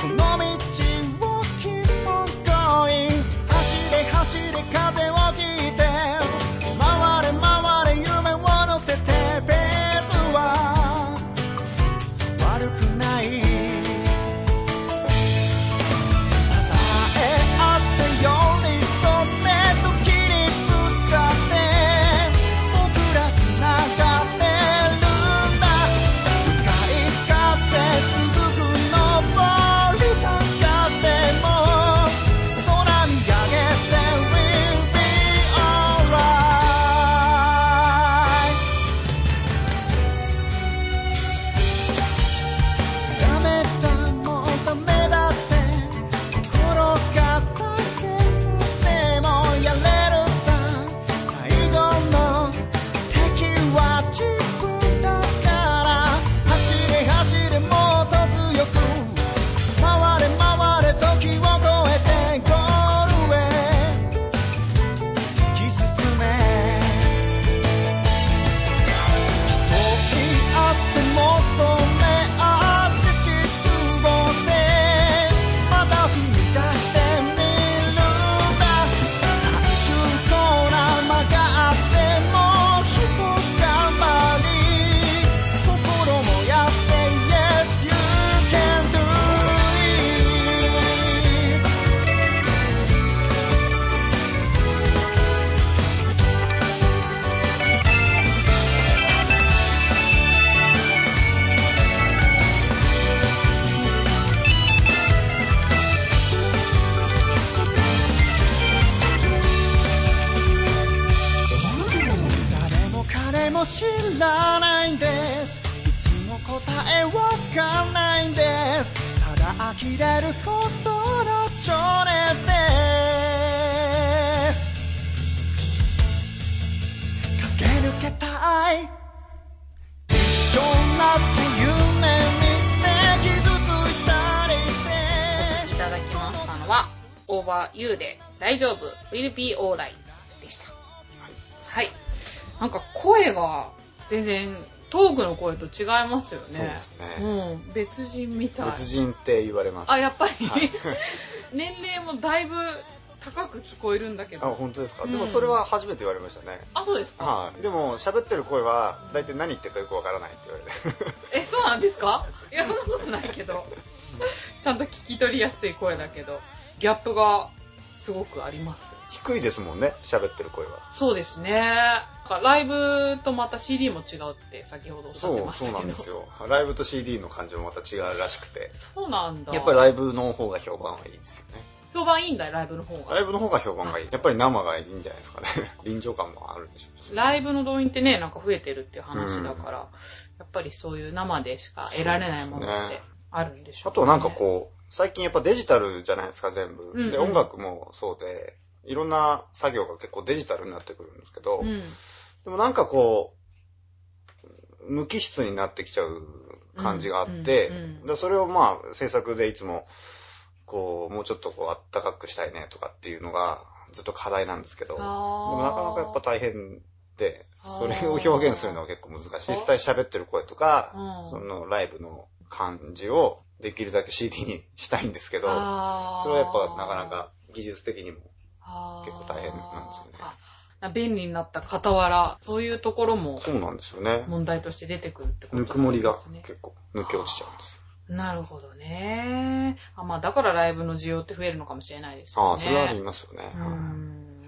Speaker 3: この道を切歩こい走れ走れ風を切って回れ回れ夢を乗せてペースは悪くない支え合ってよりとねときりぶつかって僕ら繋がってるんだ向かい風続く登り坂でも空見上げて We'll be alright ダメだもうダメだって心が叫んでもやれるさ最後の敵は自分だから走れ走れもっと強く回れ回れ時を越えてゴールへ突き進め「時あって求めあって失望して」「また踏み出してみるんだ」「最終コーナー曲がってもひと頑張り」「心もやって Yes you can do it」誰も彼も知らないんですいつも答えわかんないんですただ呆れるほどの情熱で駆け抜けたい一緒になって夢見て傷ついたりして
Speaker 1: いただきましたのは、Over You で大丈夫 Will be alright でした。はい。なんか声が全然、トークの声と違いますよね。
Speaker 2: そうですね
Speaker 1: うん。別人みたい。
Speaker 2: 別人って言われます。
Speaker 1: あ、やっぱり、
Speaker 2: はい
Speaker 1: [LAUGHS] 年齢もだいぶ高く聞こえるんだけ
Speaker 2: あ、
Speaker 1: ど。
Speaker 2: 本当ですか。
Speaker 1: うん
Speaker 2: でもそれは初めて言われましたね。
Speaker 1: あ、そうですか。
Speaker 2: はい。でも、喋ってる声は、大体何言ってるかよくわからないって言われて。
Speaker 1: え、そうなんですかいや、そんなことないけど。ちゃんと聞き取りやすい声だけど、ギャップがすごくあります。
Speaker 2: 低いですもんね、喋ってる声は。
Speaker 1: そうですね。なんかライブとまた CD も違うって先ほどおっしゃって
Speaker 2: そ
Speaker 1: ま
Speaker 2: う、
Speaker 1: し
Speaker 2: そ
Speaker 1: たけ
Speaker 2: う
Speaker 1: ど。
Speaker 2: なんです。よ。ライブと CD の感じもまた違うらしくて。
Speaker 1: そうなんだ。
Speaker 2: やっぱりライブの方が評判はいいですよね。
Speaker 1: 評判いいんだ、ライブの方
Speaker 2: ラ
Speaker 1: が。
Speaker 2: イブの方が評判がいい。やっぱり生がいいんじゃないですかね。 [LAUGHS] 臨場感もあるでしょうし。
Speaker 1: ライブの動員ってね、なんか増えてるっていう話だから、やっぱりそういう生でしか得られないものってあるんでし
Speaker 2: あ
Speaker 1: ょうね
Speaker 2: となんかこう、最近やっぱデジタルじゃないですか、全部。
Speaker 1: うんうん
Speaker 2: で、音楽もそうで、いろんな作業が結構デジタルになってくるんですけど、
Speaker 1: うん。
Speaker 2: でもなんかこう、無機質になってきちゃう感じがあって、
Speaker 1: うんうんうん
Speaker 2: でそれをまあ制作でいつも、こう、もうちょっとこう、あったかくしたいねとかっていうのがずっと課題なんですけど、で
Speaker 1: あー
Speaker 2: もなかなかやっぱ大変で、
Speaker 1: あー
Speaker 2: それを表現するのは結構難しい。実際喋ってる声とか、
Speaker 1: うん
Speaker 2: そのライブの感じをできるだけ CD にしたいんですけど、
Speaker 1: あー
Speaker 2: それはやっぱなかなか技術的にも。
Speaker 1: あー
Speaker 2: 結構大変なんですよね
Speaker 1: あな便利になった傍ら、そういうところも
Speaker 2: そうなんですよね。
Speaker 1: 問題として出てくるってこと
Speaker 2: ぬ
Speaker 1: なん
Speaker 2: くもりが
Speaker 1: ですね
Speaker 2: 結構抜け落ちちゃうんですよ。
Speaker 1: なるほどね。あまあ、だからライブの需要って増えるのかもしれないですよね。
Speaker 2: ああ、それはありますよね。
Speaker 1: う
Speaker 2: はい
Speaker 1: ん。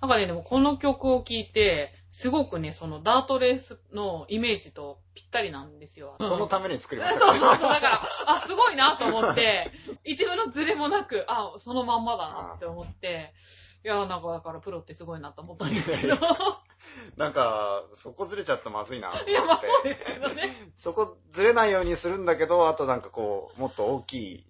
Speaker 1: なんかね、でもこの曲を聴いて、すごくね、そのダートレースのイメージとぴったりなんですよ。
Speaker 2: そのために作りま
Speaker 1: そう
Speaker 2: し
Speaker 1: そ
Speaker 2: た
Speaker 1: うそう、だから、あ、すごいなと思って、一部のズレもなく、あ、そのまんまだなって思って、いや、なんかだからプロってすごいなと思ったんですけど、
Speaker 2: なんか、そこずれちゃったまずいなと思って。
Speaker 1: いや、まあそうですけどね。
Speaker 2: そこずれないようにするんだけど、あとなんかこう、もっと大きい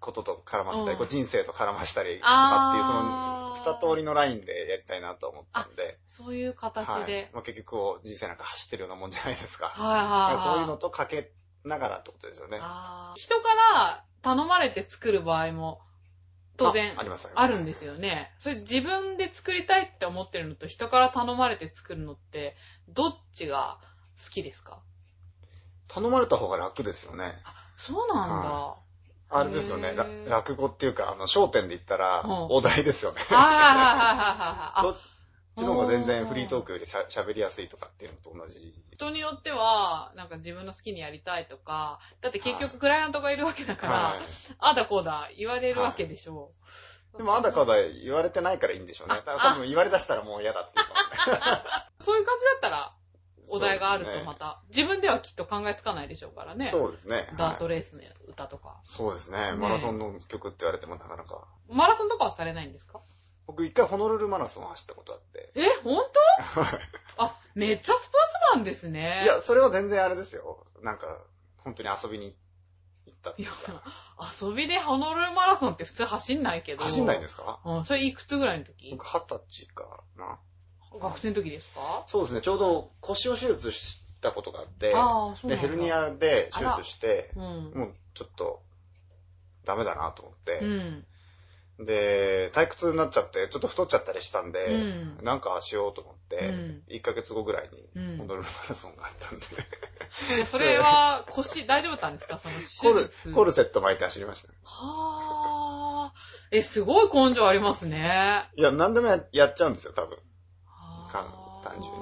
Speaker 2: ことと絡ませた
Speaker 1: う
Speaker 2: り、
Speaker 1: ん
Speaker 2: こう人生と絡ませたりとかっていう、その、
Speaker 1: あー
Speaker 2: 二通りのラインでやりたいなと思ったんで。
Speaker 1: そうい
Speaker 2: は
Speaker 1: う形
Speaker 2: い
Speaker 1: で。。
Speaker 2: まあ、結局こう、人生なんか走ってるようなもんじゃないですか。
Speaker 1: はいはいはい。
Speaker 2: そういうのとかけながらってことですよね。
Speaker 1: あー人から頼まれて作る場合も、当然
Speaker 2: あありますありま
Speaker 1: あ
Speaker 2: す
Speaker 1: るんですよね。それ自分で作りたいって思ってるのと人から頼まれて作るのって、どっちが好きですか
Speaker 2: 頼まれた方が楽ですよね。
Speaker 1: そうなんだ。
Speaker 2: はあれですよ
Speaker 1: へ
Speaker 2: ね。
Speaker 1: ー
Speaker 2: ら落語っていうか、あの、商店で言ったら
Speaker 1: うん、
Speaker 2: お題です
Speaker 1: [LAUGHS]
Speaker 2: よね。
Speaker 1: はいはいはいはいはいはい
Speaker 2: ど
Speaker 1: あ。
Speaker 2: っちの方が全然フリートークよりしゃ喋りやすいとかっていうのと同じ。
Speaker 1: 人によっては、なんか自分の好きにやりたいとか、だって結局クライアントがいるわけだから、
Speaker 2: はい。
Speaker 1: あだこうだ言われるわけでしょう。
Speaker 2: でも、あだか
Speaker 1: だ。
Speaker 2: だ言われてないからいいんでしょうね。だから多分言われ出したらもう嫌だって言うかもね
Speaker 1: そういう感じだったら、お題があるとま
Speaker 2: た。
Speaker 1: た、自分ではきっと考えつかないでしょうからね。
Speaker 2: そうですね。
Speaker 1: ダート
Speaker 2: はい
Speaker 1: レースの歌とか。
Speaker 2: そうですね。マラソンの曲って言われてもなかなか。
Speaker 1: マラソンとかはされないんですか
Speaker 2: 僕一回ホノルルマラソン走ったことあって。
Speaker 1: え、ほんとあ、めっちゃスポーツマンですね。
Speaker 2: いや、それは全然あれですよ。なんか、本当に遊びに行ったって
Speaker 1: い
Speaker 2: いう
Speaker 1: や、
Speaker 2: か。
Speaker 1: 遊びでホノルルマラソンって普通走んないけど。。
Speaker 2: 走んないんですすか
Speaker 1: うん、それいくつぐらいの時
Speaker 2: 僕二十歳かな。
Speaker 1: 学生の時ですか
Speaker 2: そうですね、ちょうど腰を手術したことがあって、
Speaker 1: ああ、そう
Speaker 2: で、
Speaker 1: なん
Speaker 2: ヘ
Speaker 1: だ。
Speaker 2: ルニ。アで手術して、
Speaker 1: うん。
Speaker 2: もうちょっと、ダメだなと思
Speaker 1: う
Speaker 2: っ
Speaker 1: ん。
Speaker 2: て、で、退屈になっちゃって、ちょっと太っちゃったりしたん
Speaker 1: う
Speaker 2: で、
Speaker 1: ん。
Speaker 2: なんかしようと思っ
Speaker 1: う
Speaker 2: て、
Speaker 1: ん。
Speaker 2: 1ヶ月後ぐらいに、
Speaker 1: うん
Speaker 2: ホノルルマラソンがあっ
Speaker 1: [LAUGHS]
Speaker 2: たんで、
Speaker 1: いやそれは腰、大丈夫だったんですかその手
Speaker 2: コル
Speaker 1: 術。
Speaker 2: コルセット巻いて走りました。
Speaker 1: はぁー。え、すごい根性ありますね。
Speaker 2: いや、何でもややっちゃうんですよ、多分。
Speaker 1: あー
Speaker 2: 単純に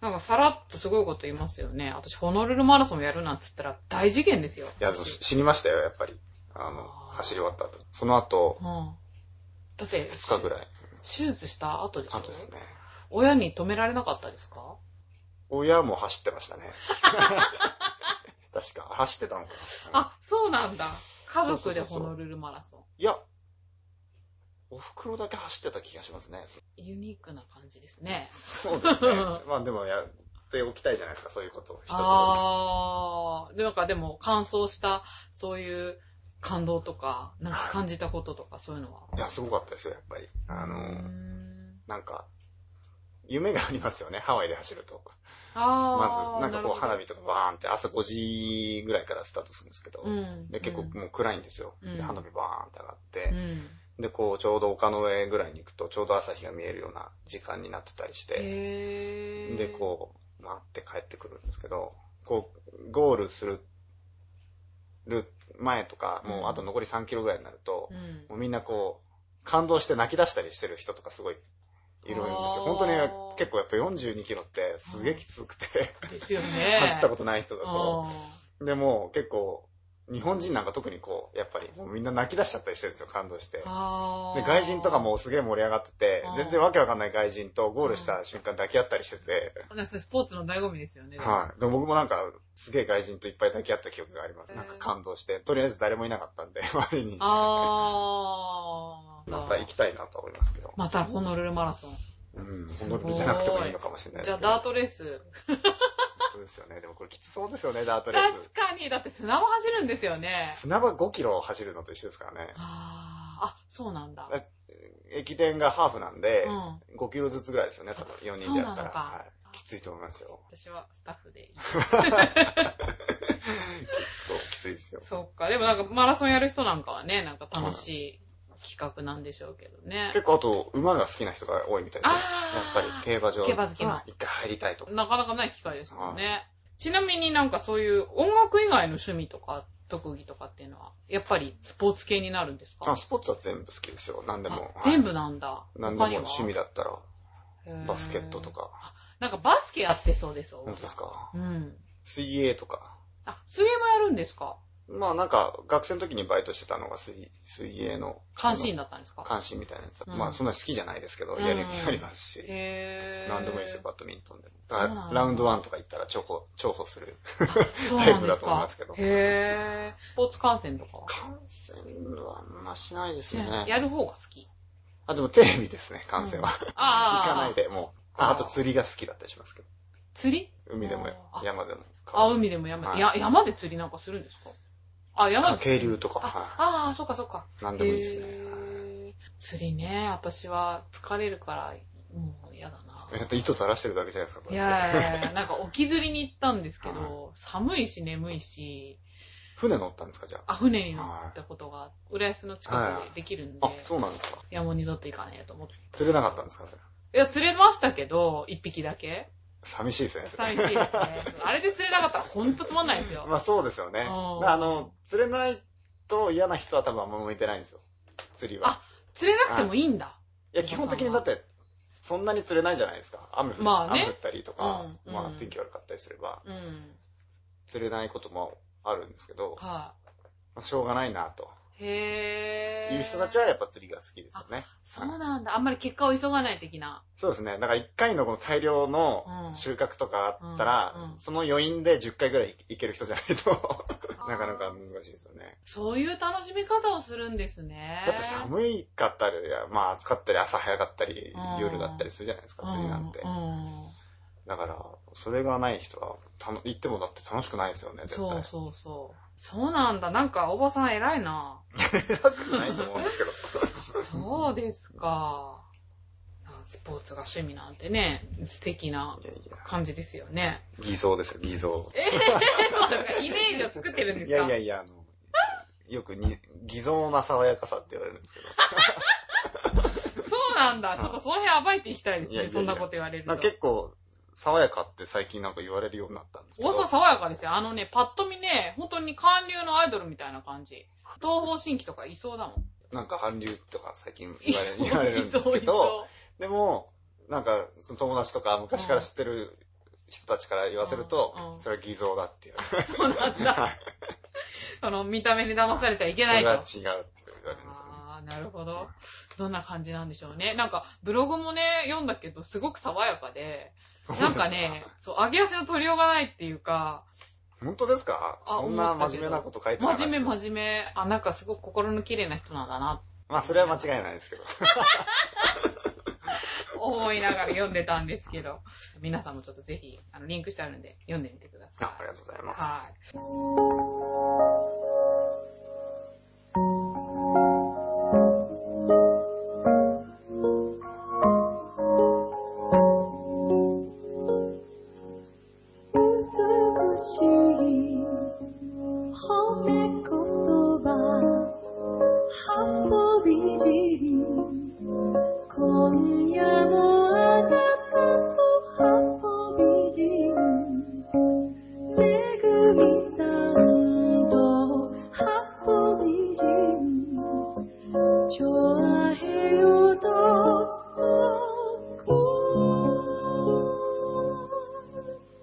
Speaker 1: なんかさらっとすごいこと言いますよね。私、ホノルルマラソンやるなんつったら大事件ですよ。
Speaker 2: いや、でも死にましたよ、やっぱり。あの、走り終わった後。その後
Speaker 1: う、ん。だって、
Speaker 2: 2日ぐらい。
Speaker 1: 手術した後でしょ
Speaker 2: 後ですね。
Speaker 1: 親に止められなかったですか
Speaker 2: 親も走ってました
Speaker 1: [LAUGHS]
Speaker 2: ね。確か、走ってたのかな。
Speaker 1: あ、そうなんだ。家族でホノルルマラソン。
Speaker 2: いや、お袋だけ走ってた気がしますね。
Speaker 1: ユニークな感じですね。
Speaker 2: そう [LAUGHS] ですね。まあでもやっておきたいじゃないですか、そういうことを。一つも
Speaker 1: あー。で、なんかでも、乾燥した、そういう感動とか、なんか感じたこととか、そういうのは。
Speaker 2: いや、すごかったですよ、やっぱり。あ
Speaker 1: うー
Speaker 2: の、
Speaker 1: ん
Speaker 2: なんか、夢がありますよね、ハワイで走ると。
Speaker 1: あ
Speaker 2: ま
Speaker 1: ー。
Speaker 2: ず、なんかこう
Speaker 1: な
Speaker 2: 花
Speaker 1: る
Speaker 2: 火とかバーンって朝5時ぐらいからスタートするんですけど、
Speaker 1: ほどうん。
Speaker 2: で結構
Speaker 1: うん
Speaker 2: もう暗いんですよ。
Speaker 1: うん
Speaker 2: で花火バーンって上がって、
Speaker 1: うん。
Speaker 2: で、こう、ちょうど丘の上ぐらいに行くと、ちょうど朝日が見えるような時間になってたりして、
Speaker 1: へー。
Speaker 2: で、こう、回って帰ってくるんですけど、こう、ゴールする、る前とか、もうあと残り3キロぐらいになると、
Speaker 1: うん。
Speaker 2: もうみんなこう、感動して泣き出したりしてる人とかすごいいるんですよ
Speaker 1: あー。
Speaker 2: 本当に結構やっぱ42キロってすげえきつくて、
Speaker 1: ですよね。
Speaker 2: [LAUGHS] 走ったことない人だと、
Speaker 1: あ
Speaker 2: でも結構、日本人なんか特にこう、やっぱりもうみんな泣き出しちゃったりしてるんですよ、感動して
Speaker 1: ー。あー。
Speaker 2: で、外人とかもすげえ盛り上がってて
Speaker 1: あー、
Speaker 2: 全然わけわかんない外人とゴールした瞬間抱き合ったりしてて、
Speaker 1: ね。それスポーツの醍醐味ですよね。
Speaker 2: はい。でも僕もなんか、すげえ外人といっぱい抱き合った記憶があります。
Speaker 1: へー
Speaker 2: なんか感動して、とりあえず誰もいなかったんで、周りに。ま
Speaker 1: あー。
Speaker 2: た行きたいなとは思いますけど。
Speaker 1: またホノルルマラソン。
Speaker 2: うん。
Speaker 1: す
Speaker 2: ホ
Speaker 1: ご
Speaker 2: ノル
Speaker 1: い
Speaker 2: ルじゃなくてもいいのかもしれないで
Speaker 1: じゃあ
Speaker 2: すけど。
Speaker 1: ダートレース。
Speaker 2: そうですよね。でもこれきつそうですよね、ダートレー
Speaker 1: 確
Speaker 2: ス。
Speaker 1: かに、だって砂も走るんですよね。
Speaker 2: 砂場5キロ走るのと一緒ですからね。
Speaker 1: あーあ、そうなんだ。
Speaker 2: だ駅伝がハーフなんで
Speaker 1: う、ん。
Speaker 2: 5キロずつぐらいですよね、多分4人でやった
Speaker 1: そうなの
Speaker 2: ら。
Speaker 1: か
Speaker 2: はい。きついと思いますよ。
Speaker 1: 私はスタッフでいい。
Speaker 2: そう、きついですよ。
Speaker 1: そっか。でもなんかマラソンやる人なんかはね、なんか楽しい企画なんでしょうけどね。
Speaker 2: 結構あと、馬が好きな人が多いみたいで、
Speaker 1: あ
Speaker 2: やっ
Speaker 1: ー
Speaker 2: ぱり競馬場
Speaker 1: 競馬好きな
Speaker 2: うん一回入りたいとか。
Speaker 1: なかなかない機会ですもんね。ちなみになんかそういう音楽以外の趣味とか特技とかっていうのは、やっぱりスポーツ系になるんですか
Speaker 2: あ、スポーツは全部好きですよ。何でも。
Speaker 1: あ
Speaker 2: はい
Speaker 1: 全部なんだ。
Speaker 2: 何でも趣味
Speaker 1: だ。
Speaker 2: だったら、
Speaker 1: へー
Speaker 2: バスケットと。か。
Speaker 1: なんかバスケやってそうです、
Speaker 2: 本当ですか
Speaker 1: うん。
Speaker 2: 水泳とか。
Speaker 1: あ、水泳もやるんですか
Speaker 2: まあなんか、学生の時にバイトしてたのが水水泳の。
Speaker 1: 関心
Speaker 2: だ。
Speaker 1: だったんですか
Speaker 2: 関心みたいなやつ。
Speaker 1: うん
Speaker 2: まあそんなに好きじゃないですけど、
Speaker 1: うん
Speaker 2: やるようになりますし。
Speaker 1: へぇー。
Speaker 2: 何でもいいですよ、バドミントンでも。
Speaker 1: そうなんだ
Speaker 2: ラウンドワンとか行ったら重宝、重宝する。
Speaker 1: そう
Speaker 2: タ
Speaker 1: な
Speaker 2: イ
Speaker 1: ん
Speaker 2: プ
Speaker 1: で
Speaker 2: だ
Speaker 1: す
Speaker 2: と思い
Speaker 1: か
Speaker 2: ますけど。
Speaker 1: へぇー。スポーツ観戦とかは
Speaker 2: 感染はあんましないですよね。
Speaker 1: やる方が好き。
Speaker 2: あ、でもテレビですね、感染は。
Speaker 1: あ
Speaker 2: 行
Speaker 1: あ。
Speaker 2: かないで、もう、あ、あと釣りが好きだったりしますけど。
Speaker 1: 釣り
Speaker 2: 海でも
Speaker 1: あ
Speaker 2: 山でも。
Speaker 1: あ、海でも山で、
Speaker 2: はい
Speaker 1: いや、山で釣りなんかするんですかあ、山で釣
Speaker 2: 渓
Speaker 1: り
Speaker 2: 流とか。は
Speaker 1: ああー、そっかそっか。
Speaker 2: い。なんでもいいですね。
Speaker 1: へー釣りね、私は疲れるから、もう嫌だな。
Speaker 2: はいえっと、糸垂らしてるだけじゃないですか、こ
Speaker 1: い
Speaker 2: れ。
Speaker 1: やいやいや、なんか沖釣りに行ったんですけど、寒いし眠いし、
Speaker 2: 船乗ったんですか、じゃ
Speaker 1: あ、船に乗ったことが、浦安の近くでできるんで
Speaker 2: あ。あ、、そうなんですか。
Speaker 1: いや、もう二度と行かねえと思って。
Speaker 2: 釣れなかったんですか、それ。
Speaker 1: いや、釣れましたけど、一匹だけ。
Speaker 2: 寂しいですね。それ
Speaker 1: 寂しいですね。あれで釣れなかったらほんとつまんないですよ。
Speaker 2: まあそうですよね。
Speaker 1: うん
Speaker 2: あの、釣れないと嫌な人は多分あんま向いてないんですよ。釣りは
Speaker 1: あ。釣れなくてもいいんだ。
Speaker 2: いや、基本的にだって、そんなに釣れないじゃないですか。雨降,、
Speaker 1: まあね
Speaker 2: 雨降ったりとか、
Speaker 1: うん
Speaker 2: まあ
Speaker 1: うん
Speaker 2: 天気悪かったりすれば、
Speaker 1: うん。
Speaker 2: 釣れないこともあるんですけど、
Speaker 1: は
Speaker 2: まあしょうがないなと。
Speaker 1: い。へー。
Speaker 2: いう人たちはやっぱ釣りが好きですよね。
Speaker 1: そうなんだ。あんまり結果を急がない的な。
Speaker 2: そうですね。だから1回のこの大量の
Speaker 1: うん
Speaker 2: 収穫とかあったら、
Speaker 1: うんうん
Speaker 2: その余韻で10回ぐらいいける人じゃないと、 [LAUGHS] なかなか難しいですよね。
Speaker 1: そういう楽しみ方をするんですね。
Speaker 2: だって寒いかったり、まあ暑かったり、朝早かったり
Speaker 1: う、ん
Speaker 2: 夜だったりするじゃないですか、釣りなんて
Speaker 1: う。んうん
Speaker 2: だから、それがない人は、たの行ってもだって楽しくないですよね、絶対。
Speaker 1: そうそうそう。そうなんだ。なんか、おばさん偉いな。
Speaker 2: ないと思うん
Speaker 1: [LAUGHS]
Speaker 2: ですけど。
Speaker 1: そうですか。あスポーツが趣味なんてね、素敵ない
Speaker 2: やいや、
Speaker 1: 感じですよね。 [LAUGHS]
Speaker 2: 偽造ですよ、偽造。
Speaker 1: そうですか。イメージを作ってるんです
Speaker 2: い
Speaker 1: か
Speaker 2: やいやいや、あの、よくに偽造な爽やかさって言われるんですけど。
Speaker 1: そうなんだ。ちょっとその辺暴いていきたいですね。
Speaker 2: いやいやいや
Speaker 1: そんなこと言われると
Speaker 2: なんか。結構、爽やかって最近なんか言われるようになったんですけ
Speaker 1: おばさん
Speaker 2: ど。
Speaker 1: 爽やかですよ。あのね、パッと見ね、本当に韓流のアイドルみたいな感じ。東方神起とかいそうだもん。
Speaker 2: なんか韓流とか最近
Speaker 1: い
Speaker 2: 言わ
Speaker 1: そ
Speaker 2: れ言われ
Speaker 1: う、い
Speaker 2: るんです
Speaker 1: [LAUGHS] そう、
Speaker 2: け
Speaker 1: い
Speaker 2: ど、
Speaker 1: そ
Speaker 2: でも、なんか、その友達とか昔から知ってる人たちから言わせると
Speaker 1: うんう、ん
Speaker 2: それは偽造だっていう。
Speaker 1: う。そうなんだ。 [LAUGHS] その、見た目に騙されてはいけないと。
Speaker 2: それは違うって言われるんですよね。
Speaker 1: あーなるほど。どんな感じなんでしょうね。なんか、ブログもね、読んだけど、すごく爽やかで、なんかね、そう、揚げ足の取りようがないっていうか、
Speaker 2: 本当ですか
Speaker 1: あ
Speaker 2: そんな
Speaker 1: 思った
Speaker 2: 真
Speaker 1: け
Speaker 2: 面
Speaker 1: ど
Speaker 2: 目なこと書いてなかった
Speaker 1: 真面目真面目、あ、なんかすごく心の綺麗な人なんだな、
Speaker 2: まあ、それは間違いないですけど。
Speaker 1: 思いながら読んでたんですけど、皆さんもちょっとぜひ、あの、リンクしてあるんで、読んでみてください。
Speaker 2: あありがとうございます。
Speaker 1: はい。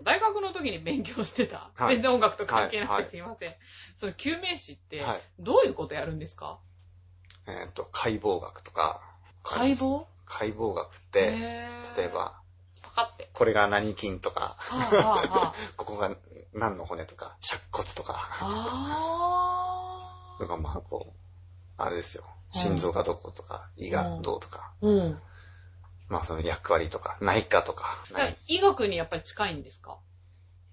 Speaker 1: 大学の時に勉強してた、
Speaker 2: はい
Speaker 1: 全然音楽と関係な
Speaker 2: は
Speaker 1: く
Speaker 2: い
Speaker 1: てすいません。その救命士って
Speaker 2: はい、
Speaker 1: どういうことやるんですか、
Speaker 2: えーっ、と、解剖学とか。
Speaker 1: 解剖
Speaker 2: 解剖学っ
Speaker 1: へ
Speaker 2: て、
Speaker 1: ー
Speaker 2: 例え。ば、
Speaker 1: パカって。
Speaker 2: これが何筋とか、
Speaker 1: はぁ、はぁはぁ。
Speaker 2: ここが何の骨とか、尺骨とか、
Speaker 1: あ
Speaker 2: とか、まあ、こう、あれですよ。
Speaker 1: うん
Speaker 2: 心臓がどことか、胃がどうとか、
Speaker 1: ー。うん。
Speaker 2: まあ、その役割とか、内科とか、内
Speaker 1: 医学にやっぱり近いんですか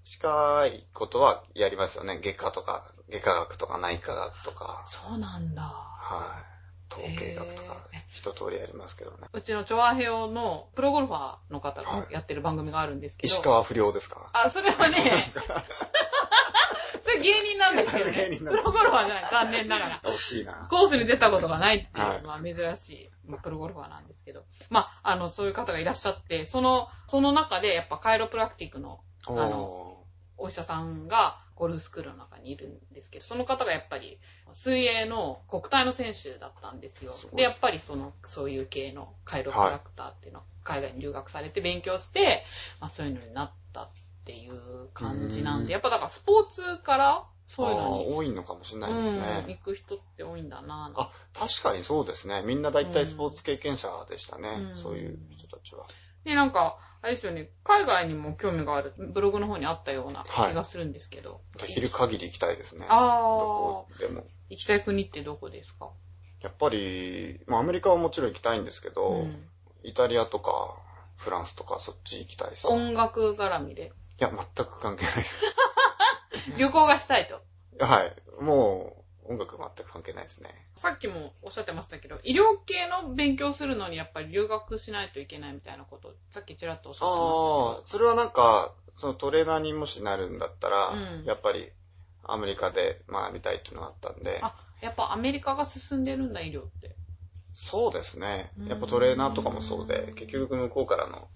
Speaker 2: 近いことはやりますよね。外科とか、外科学とか、内科学とか、
Speaker 1: そうなんだ。
Speaker 2: はい。統計学とか
Speaker 1: へー、
Speaker 2: 一通りやりますけどね。
Speaker 1: うちのチョアヘオのプロゴルファーの方が
Speaker 2: はい
Speaker 1: やってる番組があるんですけど。
Speaker 2: 石川不良ですか
Speaker 1: あ、それはね、それ芸人なんですけど
Speaker 2: 芸
Speaker 1: ね。
Speaker 2: 人
Speaker 1: プ
Speaker 2: なんだ
Speaker 1: ロゴルファーじゃない、残念ながら。
Speaker 2: 惜しいな。
Speaker 1: コースに出たことがないっていう、
Speaker 2: はい
Speaker 1: まあ珍しい、まあプロゴルファーなんですけど。まあ、あの、そういう方がいらっしゃって、その、その中でやっぱカイロプラクティックの
Speaker 2: お
Speaker 1: あのお医者さんがゴルフスクールの中にいるんですけど、その方がやっぱり水泳の国体の選手だったんですよ
Speaker 2: す。ごい
Speaker 1: で、やっぱりその、そういう系のカイロプラクターっていうのは海外に留学されて勉強して、まあそういうのになったっていう感じなん
Speaker 2: うん
Speaker 1: で、やっぱだからスポーツから
Speaker 2: ー
Speaker 1: そういうのに、
Speaker 2: 多いのかもしれ
Speaker 1: う
Speaker 2: ないです
Speaker 1: ん、
Speaker 2: ね。
Speaker 1: 行く人って多いんだなぁ
Speaker 2: あ、確かにそうですね。みんな大体スポーツ経験者でしたね。
Speaker 1: うん
Speaker 2: そういう人たちは。
Speaker 1: で、なんか、あれですよね、海外にも興味がある、ブログの方にあったような気がするんですけど。
Speaker 2: できる限り行きたいですね。
Speaker 1: あ
Speaker 2: どこ
Speaker 1: あ、
Speaker 2: でも。
Speaker 1: 行きたい国ってどこですか
Speaker 2: やっぱり、まあアメリカはもちろん行きたいんですけど、
Speaker 1: うん
Speaker 2: イタリアとか、フランスとかそっち行きたいさ。い
Speaker 1: 音楽絡みで。
Speaker 2: や、全く関係ないです。
Speaker 1: 旅行がしたいと。
Speaker 2: はい。もう、音楽全く関係ないですね。
Speaker 1: さっきもおっしゃってましたけど、医療系の勉強するのにやっぱり留学しないといけないみたいなこと、さっきちらっとおっしゃって
Speaker 2: あ
Speaker 1: ま
Speaker 2: あ、それはなんか、そのトレーナーにもしなるんだったら、
Speaker 1: うん
Speaker 2: やっぱりアメリカで学びたいっていうのがあったんで
Speaker 1: したけど。、あ、やっぱアメリカが進んでるんだ、医療って。
Speaker 2: そうですね。やっぱトレーナーとかもそうで、結局向こうからの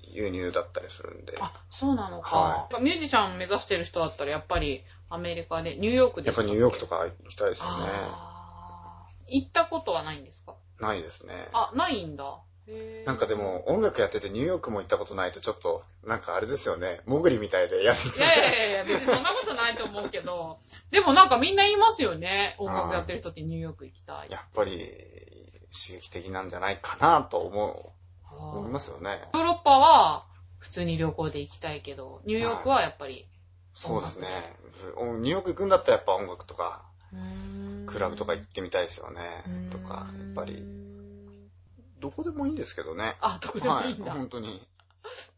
Speaker 2: 輸入だったりするんで、や
Speaker 1: あ、そうなのか。
Speaker 2: は
Speaker 1: ミュージシャン目指してる人だったらやっぱりアメリカで、ニューヨークで
Speaker 2: っ
Speaker 1: した
Speaker 2: ぱ
Speaker 1: け
Speaker 2: ニューヨークとか行きたいですよね。
Speaker 1: あー行ったことはないんですか
Speaker 2: ないですね。
Speaker 1: あ、ないんだ。へー
Speaker 2: なんかで。も、音楽やっててニューヨークも行ったことないとちょっと、なんかあれですよね。もぐりみたいで嫌です
Speaker 1: い
Speaker 2: ね。
Speaker 1: やいやいや、別にそんなことないと思うけど、でもなんかみんな言いますよね。音楽やってる人ってニューヨーク行きたい。
Speaker 2: やっぱり、刺激的なんじゃないかなと思
Speaker 1: あ
Speaker 2: う、
Speaker 1: ー
Speaker 2: 思いますよね。
Speaker 1: ヨーロッパは普通に旅行で行きたいけど、ニューヨークはやっぱり。
Speaker 2: そうですね。おニューヨーク行くんだったらやっぱ音楽とか、
Speaker 1: うーん
Speaker 2: クラブとか行ってみたいですよね
Speaker 1: うーん。
Speaker 2: とか、やっぱり、どこでもいいんですけどね。
Speaker 1: あ、どこでも
Speaker 2: はいい、
Speaker 1: いんだ。
Speaker 2: 本当に。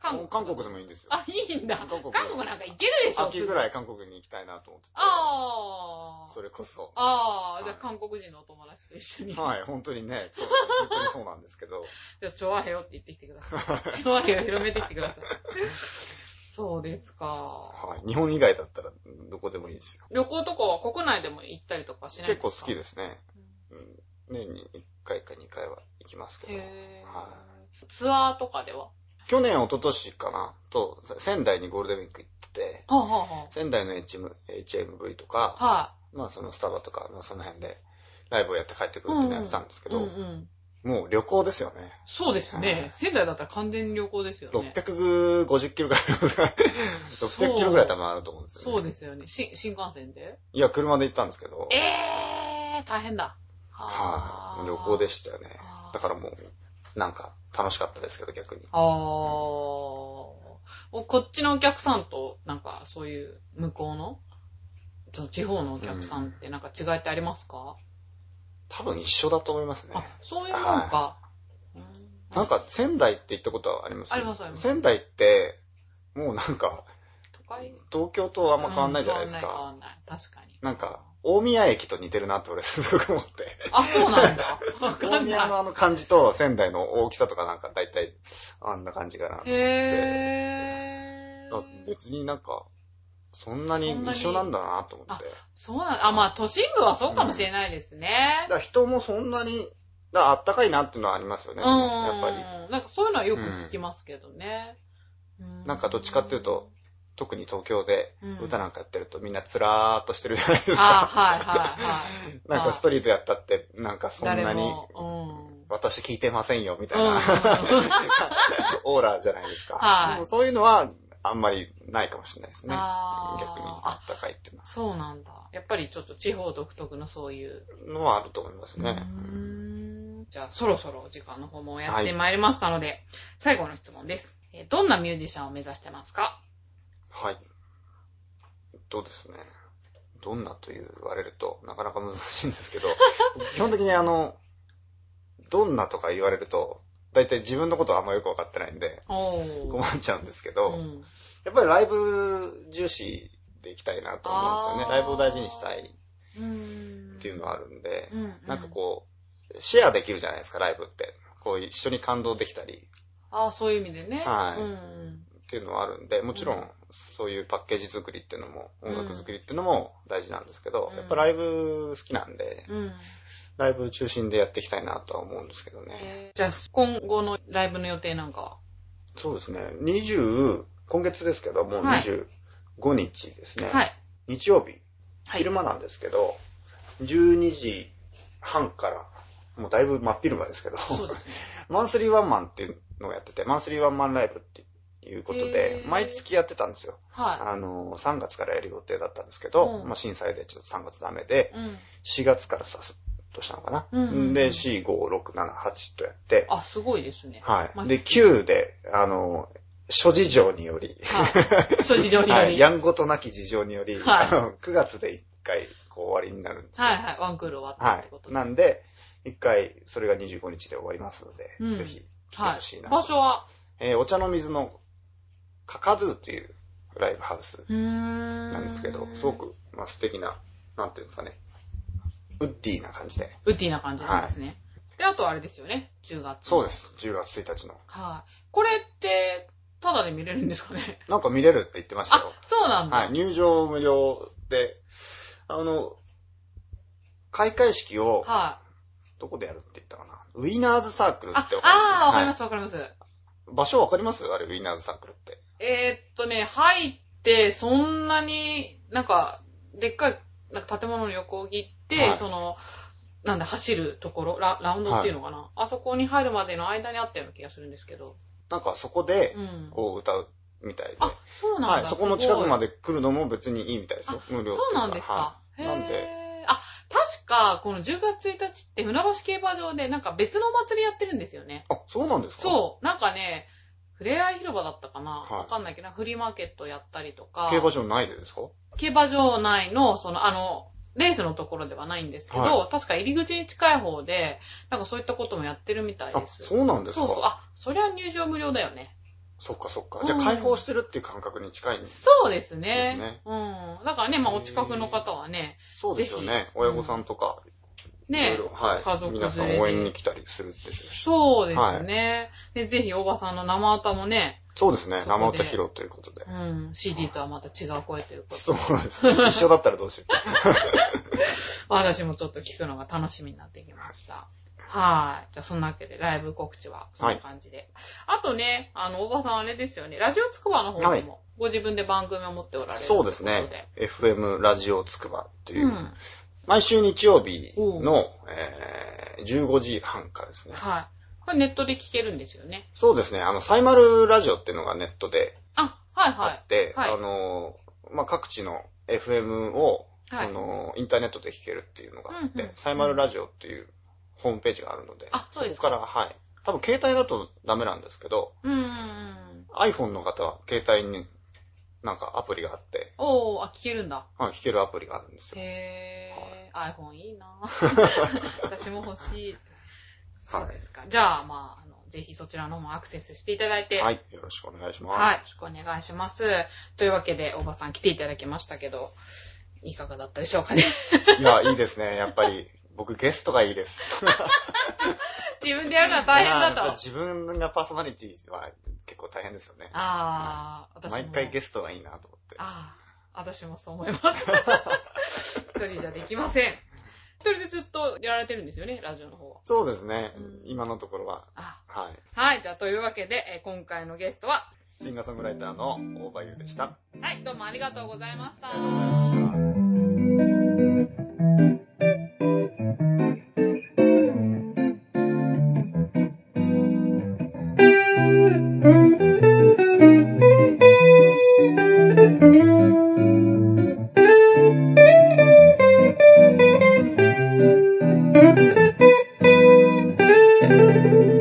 Speaker 1: 韓国。
Speaker 2: 韓国でもいいんですよ。
Speaker 1: あ、いいんだ。
Speaker 2: 韓
Speaker 1: 韓
Speaker 2: 国
Speaker 1: 国なんか行けるでしょ。
Speaker 2: 秋ぐらい韓国に行きたいなと思ってて。
Speaker 1: あー
Speaker 2: それこそ。は
Speaker 1: あー、
Speaker 2: い
Speaker 1: じゃあ韓国人のお友達と一緒に。
Speaker 2: はい、本当にね、そう、本当にそうなんですけど。
Speaker 1: じゃあ、チョアヘヨって言ってきてくださ
Speaker 2: [LAUGHS]
Speaker 1: い。チョアヘヨ広めてきてください。そうですか。
Speaker 2: はい、日本以外だったらどこでもいいですよ。
Speaker 1: 旅行とかは国内でも行ったりとかしない
Speaker 2: 結構好き
Speaker 1: で
Speaker 2: ですね。うん年に1回か2回は行きますけ
Speaker 1: すか。
Speaker 2: ど。
Speaker 1: へー
Speaker 2: は
Speaker 1: ツアーとかでは
Speaker 2: 去年、一昨年かな、と、仙台にゴールデンウィーク行ってて、
Speaker 1: はあ、は
Speaker 2: 仙台の HM HMV とか、
Speaker 1: あ、は
Speaker 2: まあそのスタバとか、まあその辺でライブをやって帰ってくるっていうのやってたんですけ
Speaker 1: い、う
Speaker 2: ど、
Speaker 1: んうん。
Speaker 2: もう旅行ですよね。
Speaker 1: そうです
Speaker 2: は
Speaker 1: ね
Speaker 2: い。
Speaker 1: 仙台だったら完全に旅行ですよね。
Speaker 2: 650キロぐらい、600キロぐらい多分あると思うんですよ、ね。
Speaker 1: そうですよね。し新幹線で
Speaker 2: いや、車で行ったんですけど、
Speaker 1: えー、大変だ。
Speaker 2: は
Speaker 1: あ
Speaker 2: い、
Speaker 1: ー
Speaker 2: 旅行でしたよね
Speaker 1: あ。ー
Speaker 2: だからもう、なんか楽しかったですけど逆に。
Speaker 1: あー。おこっちのお客さんと、なんか、そういう、向こうの、その地方のお客さんって、なんか違いってありますか、
Speaker 2: 多分一緒だと思いますね。
Speaker 1: あ、そういうもんか。うん
Speaker 2: なん、か仙台って行ったことはあります
Speaker 1: ありますあります
Speaker 2: 仙台って、もうなんか、
Speaker 1: 都会
Speaker 2: 東京とあんま変わんないじゃないです
Speaker 1: うん変
Speaker 2: か。
Speaker 1: わんない、変わんない。確かに。
Speaker 2: なんか、大宮駅と似てるなって俺 [LAUGHS] すごく思って。
Speaker 1: あ、そうなんだ。わか
Speaker 2: 大
Speaker 1: ん
Speaker 2: 宮の
Speaker 1: な
Speaker 2: あの感じと仙台の大きさとかなんか大体あんな感じかな。 [LAUGHS]
Speaker 1: い。へ
Speaker 2: だ
Speaker 1: ー。
Speaker 2: 別になんか、そんなに一緒なんだなと思って。
Speaker 1: そうなんだ。あ、まあ、都心部はそうかもしれないですね
Speaker 2: だ。から人もそんなに、だからあったかいなっていうのはありますよ
Speaker 1: う
Speaker 2: ね。
Speaker 1: ん。
Speaker 2: やっぱり。
Speaker 1: なんかそういうのはよく聞きますけどね。う
Speaker 2: なんかどっちかっていうと、特に東京で
Speaker 1: うん
Speaker 2: 歌なんかやってるとみんなつらーっとしてるじゃない [LAUGHS] です
Speaker 1: あ
Speaker 2: か。
Speaker 1: はいはいはい。
Speaker 2: [LAUGHS] なんかストリートやったって、なんかそんな
Speaker 1: 誰
Speaker 2: に
Speaker 1: もうん。
Speaker 2: 私聞いてませんよみたい
Speaker 1: うん
Speaker 2: な、 [LAUGHS] オーラじゃないですか。
Speaker 1: はい
Speaker 2: でもそういうのはあんまりないかもしれないですね。
Speaker 1: あー
Speaker 2: 逆にあったかいっていうのは
Speaker 1: そうなんだ。やっぱりちょっと地方独特のそういう。
Speaker 2: のはあると思います
Speaker 1: う
Speaker 2: ね。
Speaker 1: ーんじゃあ、そろそろお時間の方もやってまいりましたので、最後の質問です。えーどんなミュージシャンを目指してますか
Speaker 2: はい。どうですね。どんなと言われると、なかなか難しいんですけ
Speaker 1: [LAUGHS]
Speaker 2: ど、基本的にあの、どんなとか言われると、大体自分のことはあんまよくわかってないんで、
Speaker 1: お
Speaker 2: 困
Speaker 1: ー。
Speaker 2: っちゃうんですけど、
Speaker 1: うん
Speaker 2: やっぱりライブ重視でいきたいなと思うんですよ
Speaker 1: あー
Speaker 2: ね。ライブを大事にしたい
Speaker 1: うん
Speaker 2: っていうのはあるんで、
Speaker 1: うんうん
Speaker 2: なんかこう、シェアできるじゃないですか、ライブって。こう一緒に感動できたり
Speaker 1: ああ、そういう意味でね。
Speaker 2: はい
Speaker 1: うんうん
Speaker 2: っていうのはあるんで、もちろ
Speaker 1: うん
Speaker 2: そういうパッケージ作りっていうのも、
Speaker 1: うん
Speaker 2: 音楽作りっていうのも大事なんですけど、
Speaker 1: うん
Speaker 2: やっぱライブ好きなんで、
Speaker 1: うん
Speaker 2: ライブ中心でやっていきたいなとは思うんですけどね。
Speaker 1: えーじゃあ、今後のライブの予定なんかは
Speaker 2: そうですね。20、今月ですけど、もう
Speaker 1: はい
Speaker 2: 25日ですね。
Speaker 1: はい。
Speaker 2: 日曜日、
Speaker 1: はい
Speaker 2: 昼間なんですけど、12時半から、もうだいぶ真っ昼間ですけど、
Speaker 1: そうですね。
Speaker 2: マンスリーワンマンっていうのをやってて、マンスリーワンマンライブっていうことで
Speaker 1: へ、ー
Speaker 2: 毎月やってたんですよ。
Speaker 1: は
Speaker 2: あの、3月からやる予定だったんですけど、
Speaker 1: うん
Speaker 2: まあ震災でちょっと3月ダメで
Speaker 1: い。、うん。
Speaker 2: 4月からさ、どうしたのかな。
Speaker 1: うんうんうん
Speaker 2: で、4、5、6、7、8とやって、
Speaker 1: あ、すごいですね。
Speaker 2: はい。で、
Speaker 1: 毎
Speaker 2: 9で、あの、諸事情により、
Speaker 1: はい。そう、事情により。
Speaker 2: はい、やんごとなき事情により、
Speaker 1: はい
Speaker 2: あの9月で1回、こう終わりになるんですよ。
Speaker 1: はいはい。ワンクール終わったっ
Speaker 2: は
Speaker 1: てこと
Speaker 2: い。
Speaker 1: で。
Speaker 2: なんで、1回、それが25日で終わりますので、
Speaker 1: うん
Speaker 2: ぜひ来て
Speaker 1: は
Speaker 2: ほ
Speaker 1: い
Speaker 2: しいな。
Speaker 1: 場所は
Speaker 2: えーお茶の水のカカズーっていうライブハウス
Speaker 1: うーん。
Speaker 2: なんですけど、すご。く、まあ、素敵な、なんていうんですかね、ウッディな感じで。
Speaker 1: ウッディな感じなんですね。で、あとあれですよね。10月。
Speaker 2: そう
Speaker 1: です。
Speaker 2: です。10月1日の。
Speaker 1: はい。これって、ただで見れるんですかね
Speaker 2: なんか見れるって言ってました
Speaker 1: あ
Speaker 2: よ。、
Speaker 1: そうなんだ。
Speaker 2: はい、入場無料で、あの、開会式を、
Speaker 1: は
Speaker 2: どこでやるって言ったかな。ウィナーズサークル
Speaker 1: い。
Speaker 2: っ
Speaker 1: あ
Speaker 2: てわ、
Speaker 1: あー、わかり
Speaker 2: りま
Speaker 1: ますすわかります。
Speaker 2: はい場所わかりますあれ、ウィナーズサークルって。
Speaker 1: えーっとね、入って、そんなに、なんか、でっかい、なんか建物の横を切って、
Speaker 2: はい
Speaker 1: その、なんだ、走るところ、ララウンドっていうのかな、あそこに入るまでの間にあったような気がするんですけど。
Speaker 2: なんかそこで
Speaker 1: う、ん。
Speaker 2: こう歌うみたいで。
Speaker 1: あ、そうなんだ。
Speaker 2: はい、そこの近くま
Speaker 1: で。
Speaker 2: で来るのも別にいいみたいですよ。無料ってい
Speaker 1: そうなんですか
Speaker 2: は。い
Speaker 1: へー
Speaker 2: なんで、
Speaker 1: あ、確か、この10月1日って船橋競馬場でなんか別のお祭りやってるんですよね。
Speaker 2: あ、そうなんですか
Speaker 1: そう、なんかね、ふれあい広場だったかな、
Speaker 2: はい
Speaker 1: わかんないけど、フリーマーケットやったりとか、
Speaker 2: 競馬場ないでですか
Speaker 1: 競馬場内の、その、あの、レースのところではないんですけど、
Speaker 2: は
Speaker 1: 確か入り口に近い方で、なんかそういったこともやってるみたい
Speaker 2: あ
Speaker 1: で、す。
Speaker 2: そうなんです
Speaker 1: そ
Speaker 2: か
Speaker 1: うそう。あ、そりゃ入場無料だよね。
Speaker 2: そっかそっか。じゃあ
Speaker 1: うん
Speaker 2: 開放してるっていう感覚に近いんです。
Speaker 1: そうです
Speaker 2: で
Speaker 1: ね。
Speaker 2: すね
Speaker 1: うん。だからね、まあお近くの方はね、
Speaker 2: そうですよね
Speaker 1: ぜ。ひ
Speaker 2: 親御さんとか、
Speaker 1: ね
Speaker 2: いろいろ、はい。
Speaker 1: 家族連れで
Speaker 2: 皆さん応援に来たりするでしょうし。
Speaker 1: そうですね。で、ぜひ、おばさんの生歌もね、
Speaker 2: そうですね
Speaker 1: そ。こで
Speaker 2: 生歌披露ということで
Speaker 1: う。ん、CD とはまた違う声ということで、
Speaker 2: そうです
Speaker 1: [LAUGHS]
Speaker 2: ね。一緒だったらどうしよう。
Speaker 1: 私もちょっと聞くのが楽しみになってきました。はい。じゃあ、そんなわけで、ライブ告知は、そんな感じで。あとね、あの、おばさんあれですよね、ラジオつくばの方
Speaker 2: は
Speaker 1: に
Speaker 2: い
Speaker 1: も、ご自分で番組を持っておられる
Speaker 2: そうです
Speaker 1: ということ
Speaker 2: ね。FM ラジオつくばと
Speaker 1: で。
Speaker 2: いうう、
Speaker 1: ん。
Speaker 2: 毎週日曜日の、えー15時半からですね。
Speaker 1: はい。これネットで聞けるんですよね。
Speaker 2: そうですね。あの、サイマルラジオっていうのがネットで
Speaker 1: あ、はいは
Speaker 2: あ
Speaker 1: い
Speaker 2: っ。て、
Speaker 1: はい
Speaker 2: あのー、まあ、各地の FM を、
Speaker 1: はい
Speaker 2: その、インターネットで聴けるっていうのがあって、
Speaker 1: うんうん
Speaker 2: サイマルラジオっていうホームページがあるので、
Speaker 1: あそうです
Speaker 2: こ
Speaker 1: か
Speaker 2: から、はい。多分携帯だとダメなんですけど、
Speaker 1: うーん。
Speaker 2: iPhone の方は携帯になんかアプリがあって、
Speaker 1: おー、あ、聞けるんだ。
Speaker 2: はい、聴けるアプリがあるんですよ。
Speaker 1: へー、iPhone い
Speaker 2: [LAUGHS]
Speaker 1: いな私も欲しい。そうですか。じゃあ、まあ、あの、ぜひそちらの方もアクセスしていただいて、
Speaker 2: はい。よろしくお願いします。
Speaker 1: はい。よろしくお願いします。というわけで、おばさん来ていただきましたけど、いかがだったでしょうかね。
Speaker 2: いや、いいですね。やっぱり、僕ゲストがいいです。
Speaker 1: [LAUGHS] 自分でやるのは [LAUGHS] 大変だ
Speaker 2: やっぱ
Speaker 1: と。
Speaker 2: 自分がパーソナリティは結構大変ですよね。
Speaker 1: あー、私も。
Speaker 2: 毎回ゲストがいいなと思って。
Speaker 1: ああ、私もそう思います。
Speaker 2: [LAUGHS]
Speaker 1: 一人じゃできません。一人でずっとやられてるんですよね、ラジオの方は。
Speaker 2: そうですね
Speaker 1: うん。
Speaker 2: 今のところは。
Speaker 1: あ
Speaker 2: はい。
Speaker 1: はい、じゃあというわけで、えー今回のゲストは、
Speaker 2: シンガーソングライターの大場優でした。
Speaker 1: はい、どうもありがとうございました
Speaker 2: あり。がとうございました。
Speaker 4: 「